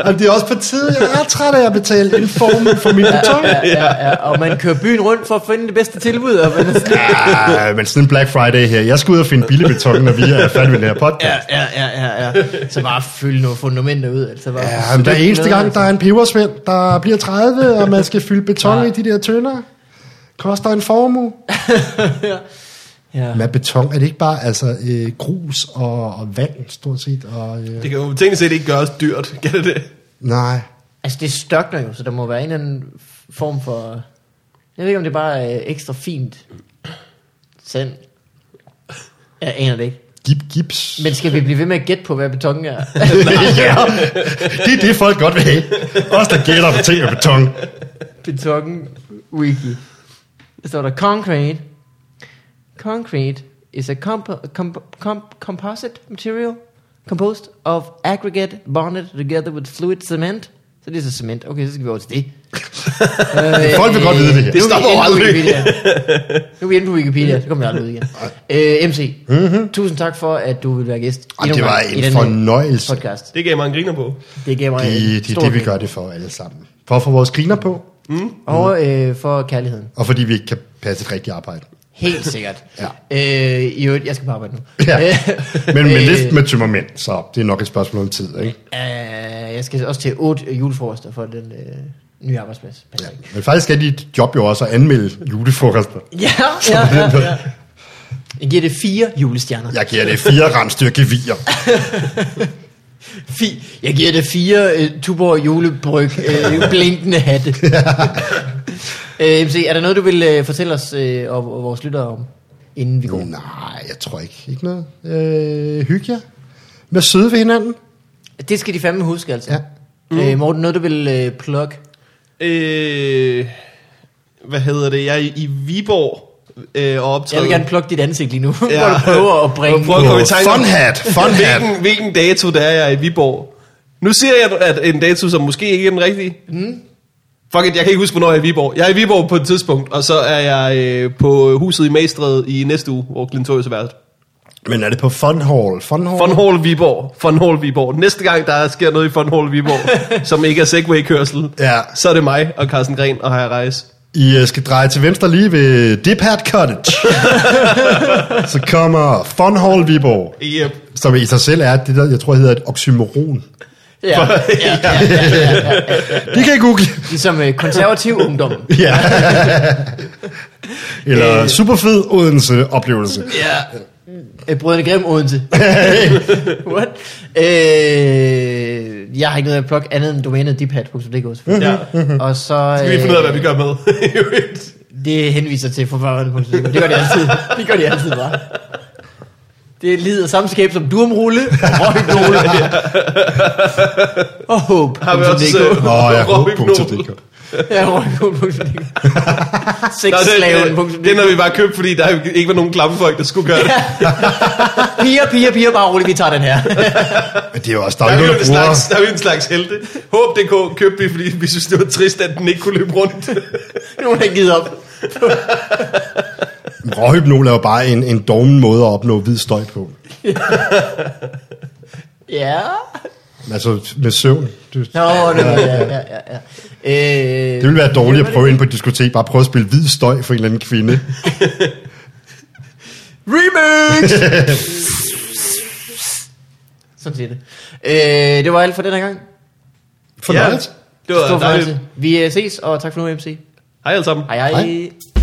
og det er også på tide, jeg er træt af at betale en formue for min beton. Ja, ja, ja, og man kører byen rundt for at finde det bedste tilbud. Og man er sådan, Ja, men sådan en Black Friday her, jeg skal ud og finde billig beton, når vi er færdige med den her podcast. ja, ja, ja, ja, ja. Så bare fyld nogle fundamenter ud. Altså bare Ja, men hver Stykke eneste noget, gang, altså. der er en pebersvend, der bliver 30, og man skal fylde beton i de der tønder, koster en formue. Ja. Men beton, er det ikke bare altså, øh, grus og, og vand, stort set? Og, øh, Det kan jo teknisk set ikke gøres dyrt. Kan det det? nej. Altså det størkner jo, så der må være en eller anden form for... Jeg ved ikke, om det bare er øh, ekstra fint sand. Jeg aner det ikke. Gip, gips. Men skal vi blive ved med at gætte på, hvad beton er? ja, det er det, folk godt vil have. Også der gælder på ting med beton. beton wiki. Så står der concrete. Concrete is a comp- comp- comp- composite material composed of aggregate bonded together with fluid cement. Så det er så cement. Okay, så skal vi over til det. øh, Folk vil godt vide det her. Det stopper nu er vi aldrig. inde på Wikipedia. Nu er vi inde på Wikipedia, så kommer vi aldrig ud igen. Øh, MC, mm-hmm. tusind tak for, at du vil være gæst. Ej, endnu det var gang i en den her fornøjelse. Podcast. Det gav mig en griner på. Det giver mig en Det, det er stor det, vi grin. gør det for alle sammen. For at få vores griner på, Mm. Og øh, for kærligheden. og fordi vi ikke kan passe et rigtigt arbejde. Helt sikkert. Ja. øh, I øvrigt, jeg skal på arbejde nu. Ja. Men med lidt Øh, med tømmermænd, så det er nok et spørgsmål om tid, ikke? Øh, jeg skal også til otte julefrokoster for den øh, nye arbejdsplads. Ja, Men faktisk skal dit job jo også at anmelde julefrokoster. ja, ja. ja, ja. Jeg giver det fire julestjerner. Jeg giver det fire rensdyr gevier. Fi, jeg giver det fire øh, Tuborg julebryg øh, blinkende hatte. øh, MC, er der noget, du vil øh, fortælle os øh, og, og vores lyttere om, inden vi går? Nej, jeg tror ikke. Ikke noget. Øh, hygge jer. Vær søde ved hinanden. Det skal de fandme huske, altså. Ja. Mm. Øh, Morten, noget du vil øh, plukke? Øh, hvad hedder det? Jeg er i, i Viborg øh, og optræde. Jeg vil gerne plukke dit ansigt lige nu, ja. hvor du prøver at bringe... Prøv at komme i tanke om, Fun hat, fun hat. hvilken, hvilken dato der er jeg er i Viborg. Nu siger jeg at en dato, som måske ikke er den rigtige. Mm. Fuck it, jeg kan ikke huske, hvornår jeg er i Viborg. Jeg er i Viborg på et tidspunkt, og så er jeg øh, på huset i Magstred i næste uge, hvor Glentorius er vært. Men er det på Fun Hall? Fun Hall? Fun Hall Viborg. Fun Hall Viborg. Næste gang, der sker noget i Fun Hall Viborg, som ikke er Segway-kørsel, Ja. så er det mig og Carsten Gren og Hejer Reis. I øh, skal dreje til venstre lige ved Diphat Cottage. så kommer Fun Hall Viborg, Yep. som i sig selv er det, der jeg tror hedder et oxymoron. Ja, ja, ja, ja, ja, ja. Det kan I google. Ligesom øh, konservativ ungdom. ja. Eller superfed Odense oplevelse. Ja. Øh, Brødrene Grimm Odense. What? Øh, jeg har ikke noget at plukke andet end domænet diphat.dk. selvfølgelig. Ja. Og så... Mhm. øh, Skal vi finde ud af, hvad vi gør med? I øvrigt. Det henviser til forfarverne.dk. Det gør de altid. Det gør de altid bare. Det lider samme skæb som durumrulle og røgnulle. og håb. Har vi også... øh- punktum DK. Nå, Robin Knoll. jeg Ja, håber.dk. røgnulle.dk. Nå, det, det, den Sexslaven.dk. har vi bare købt, fordi der ikke var nogen klamme folk, der skulle gøre det. Piger, piger, piger, bare roligt, vi tager den her. Men det er jo også, der Der er er, ikke vi jo noget, en der slags, bruger. der er vi en slags helte. Håb.dk købte vi, fordi vi synes, det var trist, at den ikke kunne løbe rundt. Nogen har givet op. Råhypnol er jo bare en, en doven måde at opnå hvid støj på. Ja. Altså med søvn. Du, Nå, det var, ja, ja, ja, ja. Øh, det ville være dårligt at prøve ind på et diskotek, bare prøve at spille hvid støj for en eller anden kvinde. Remix! Sådan siger det. Øh, det var alt for den her gang. Fornøjet. det var Stor dejligt. fornøjelse. Vi øh, ses, og tak for nu, MC. Hej alle sammen. Hej hej. hej. Hej.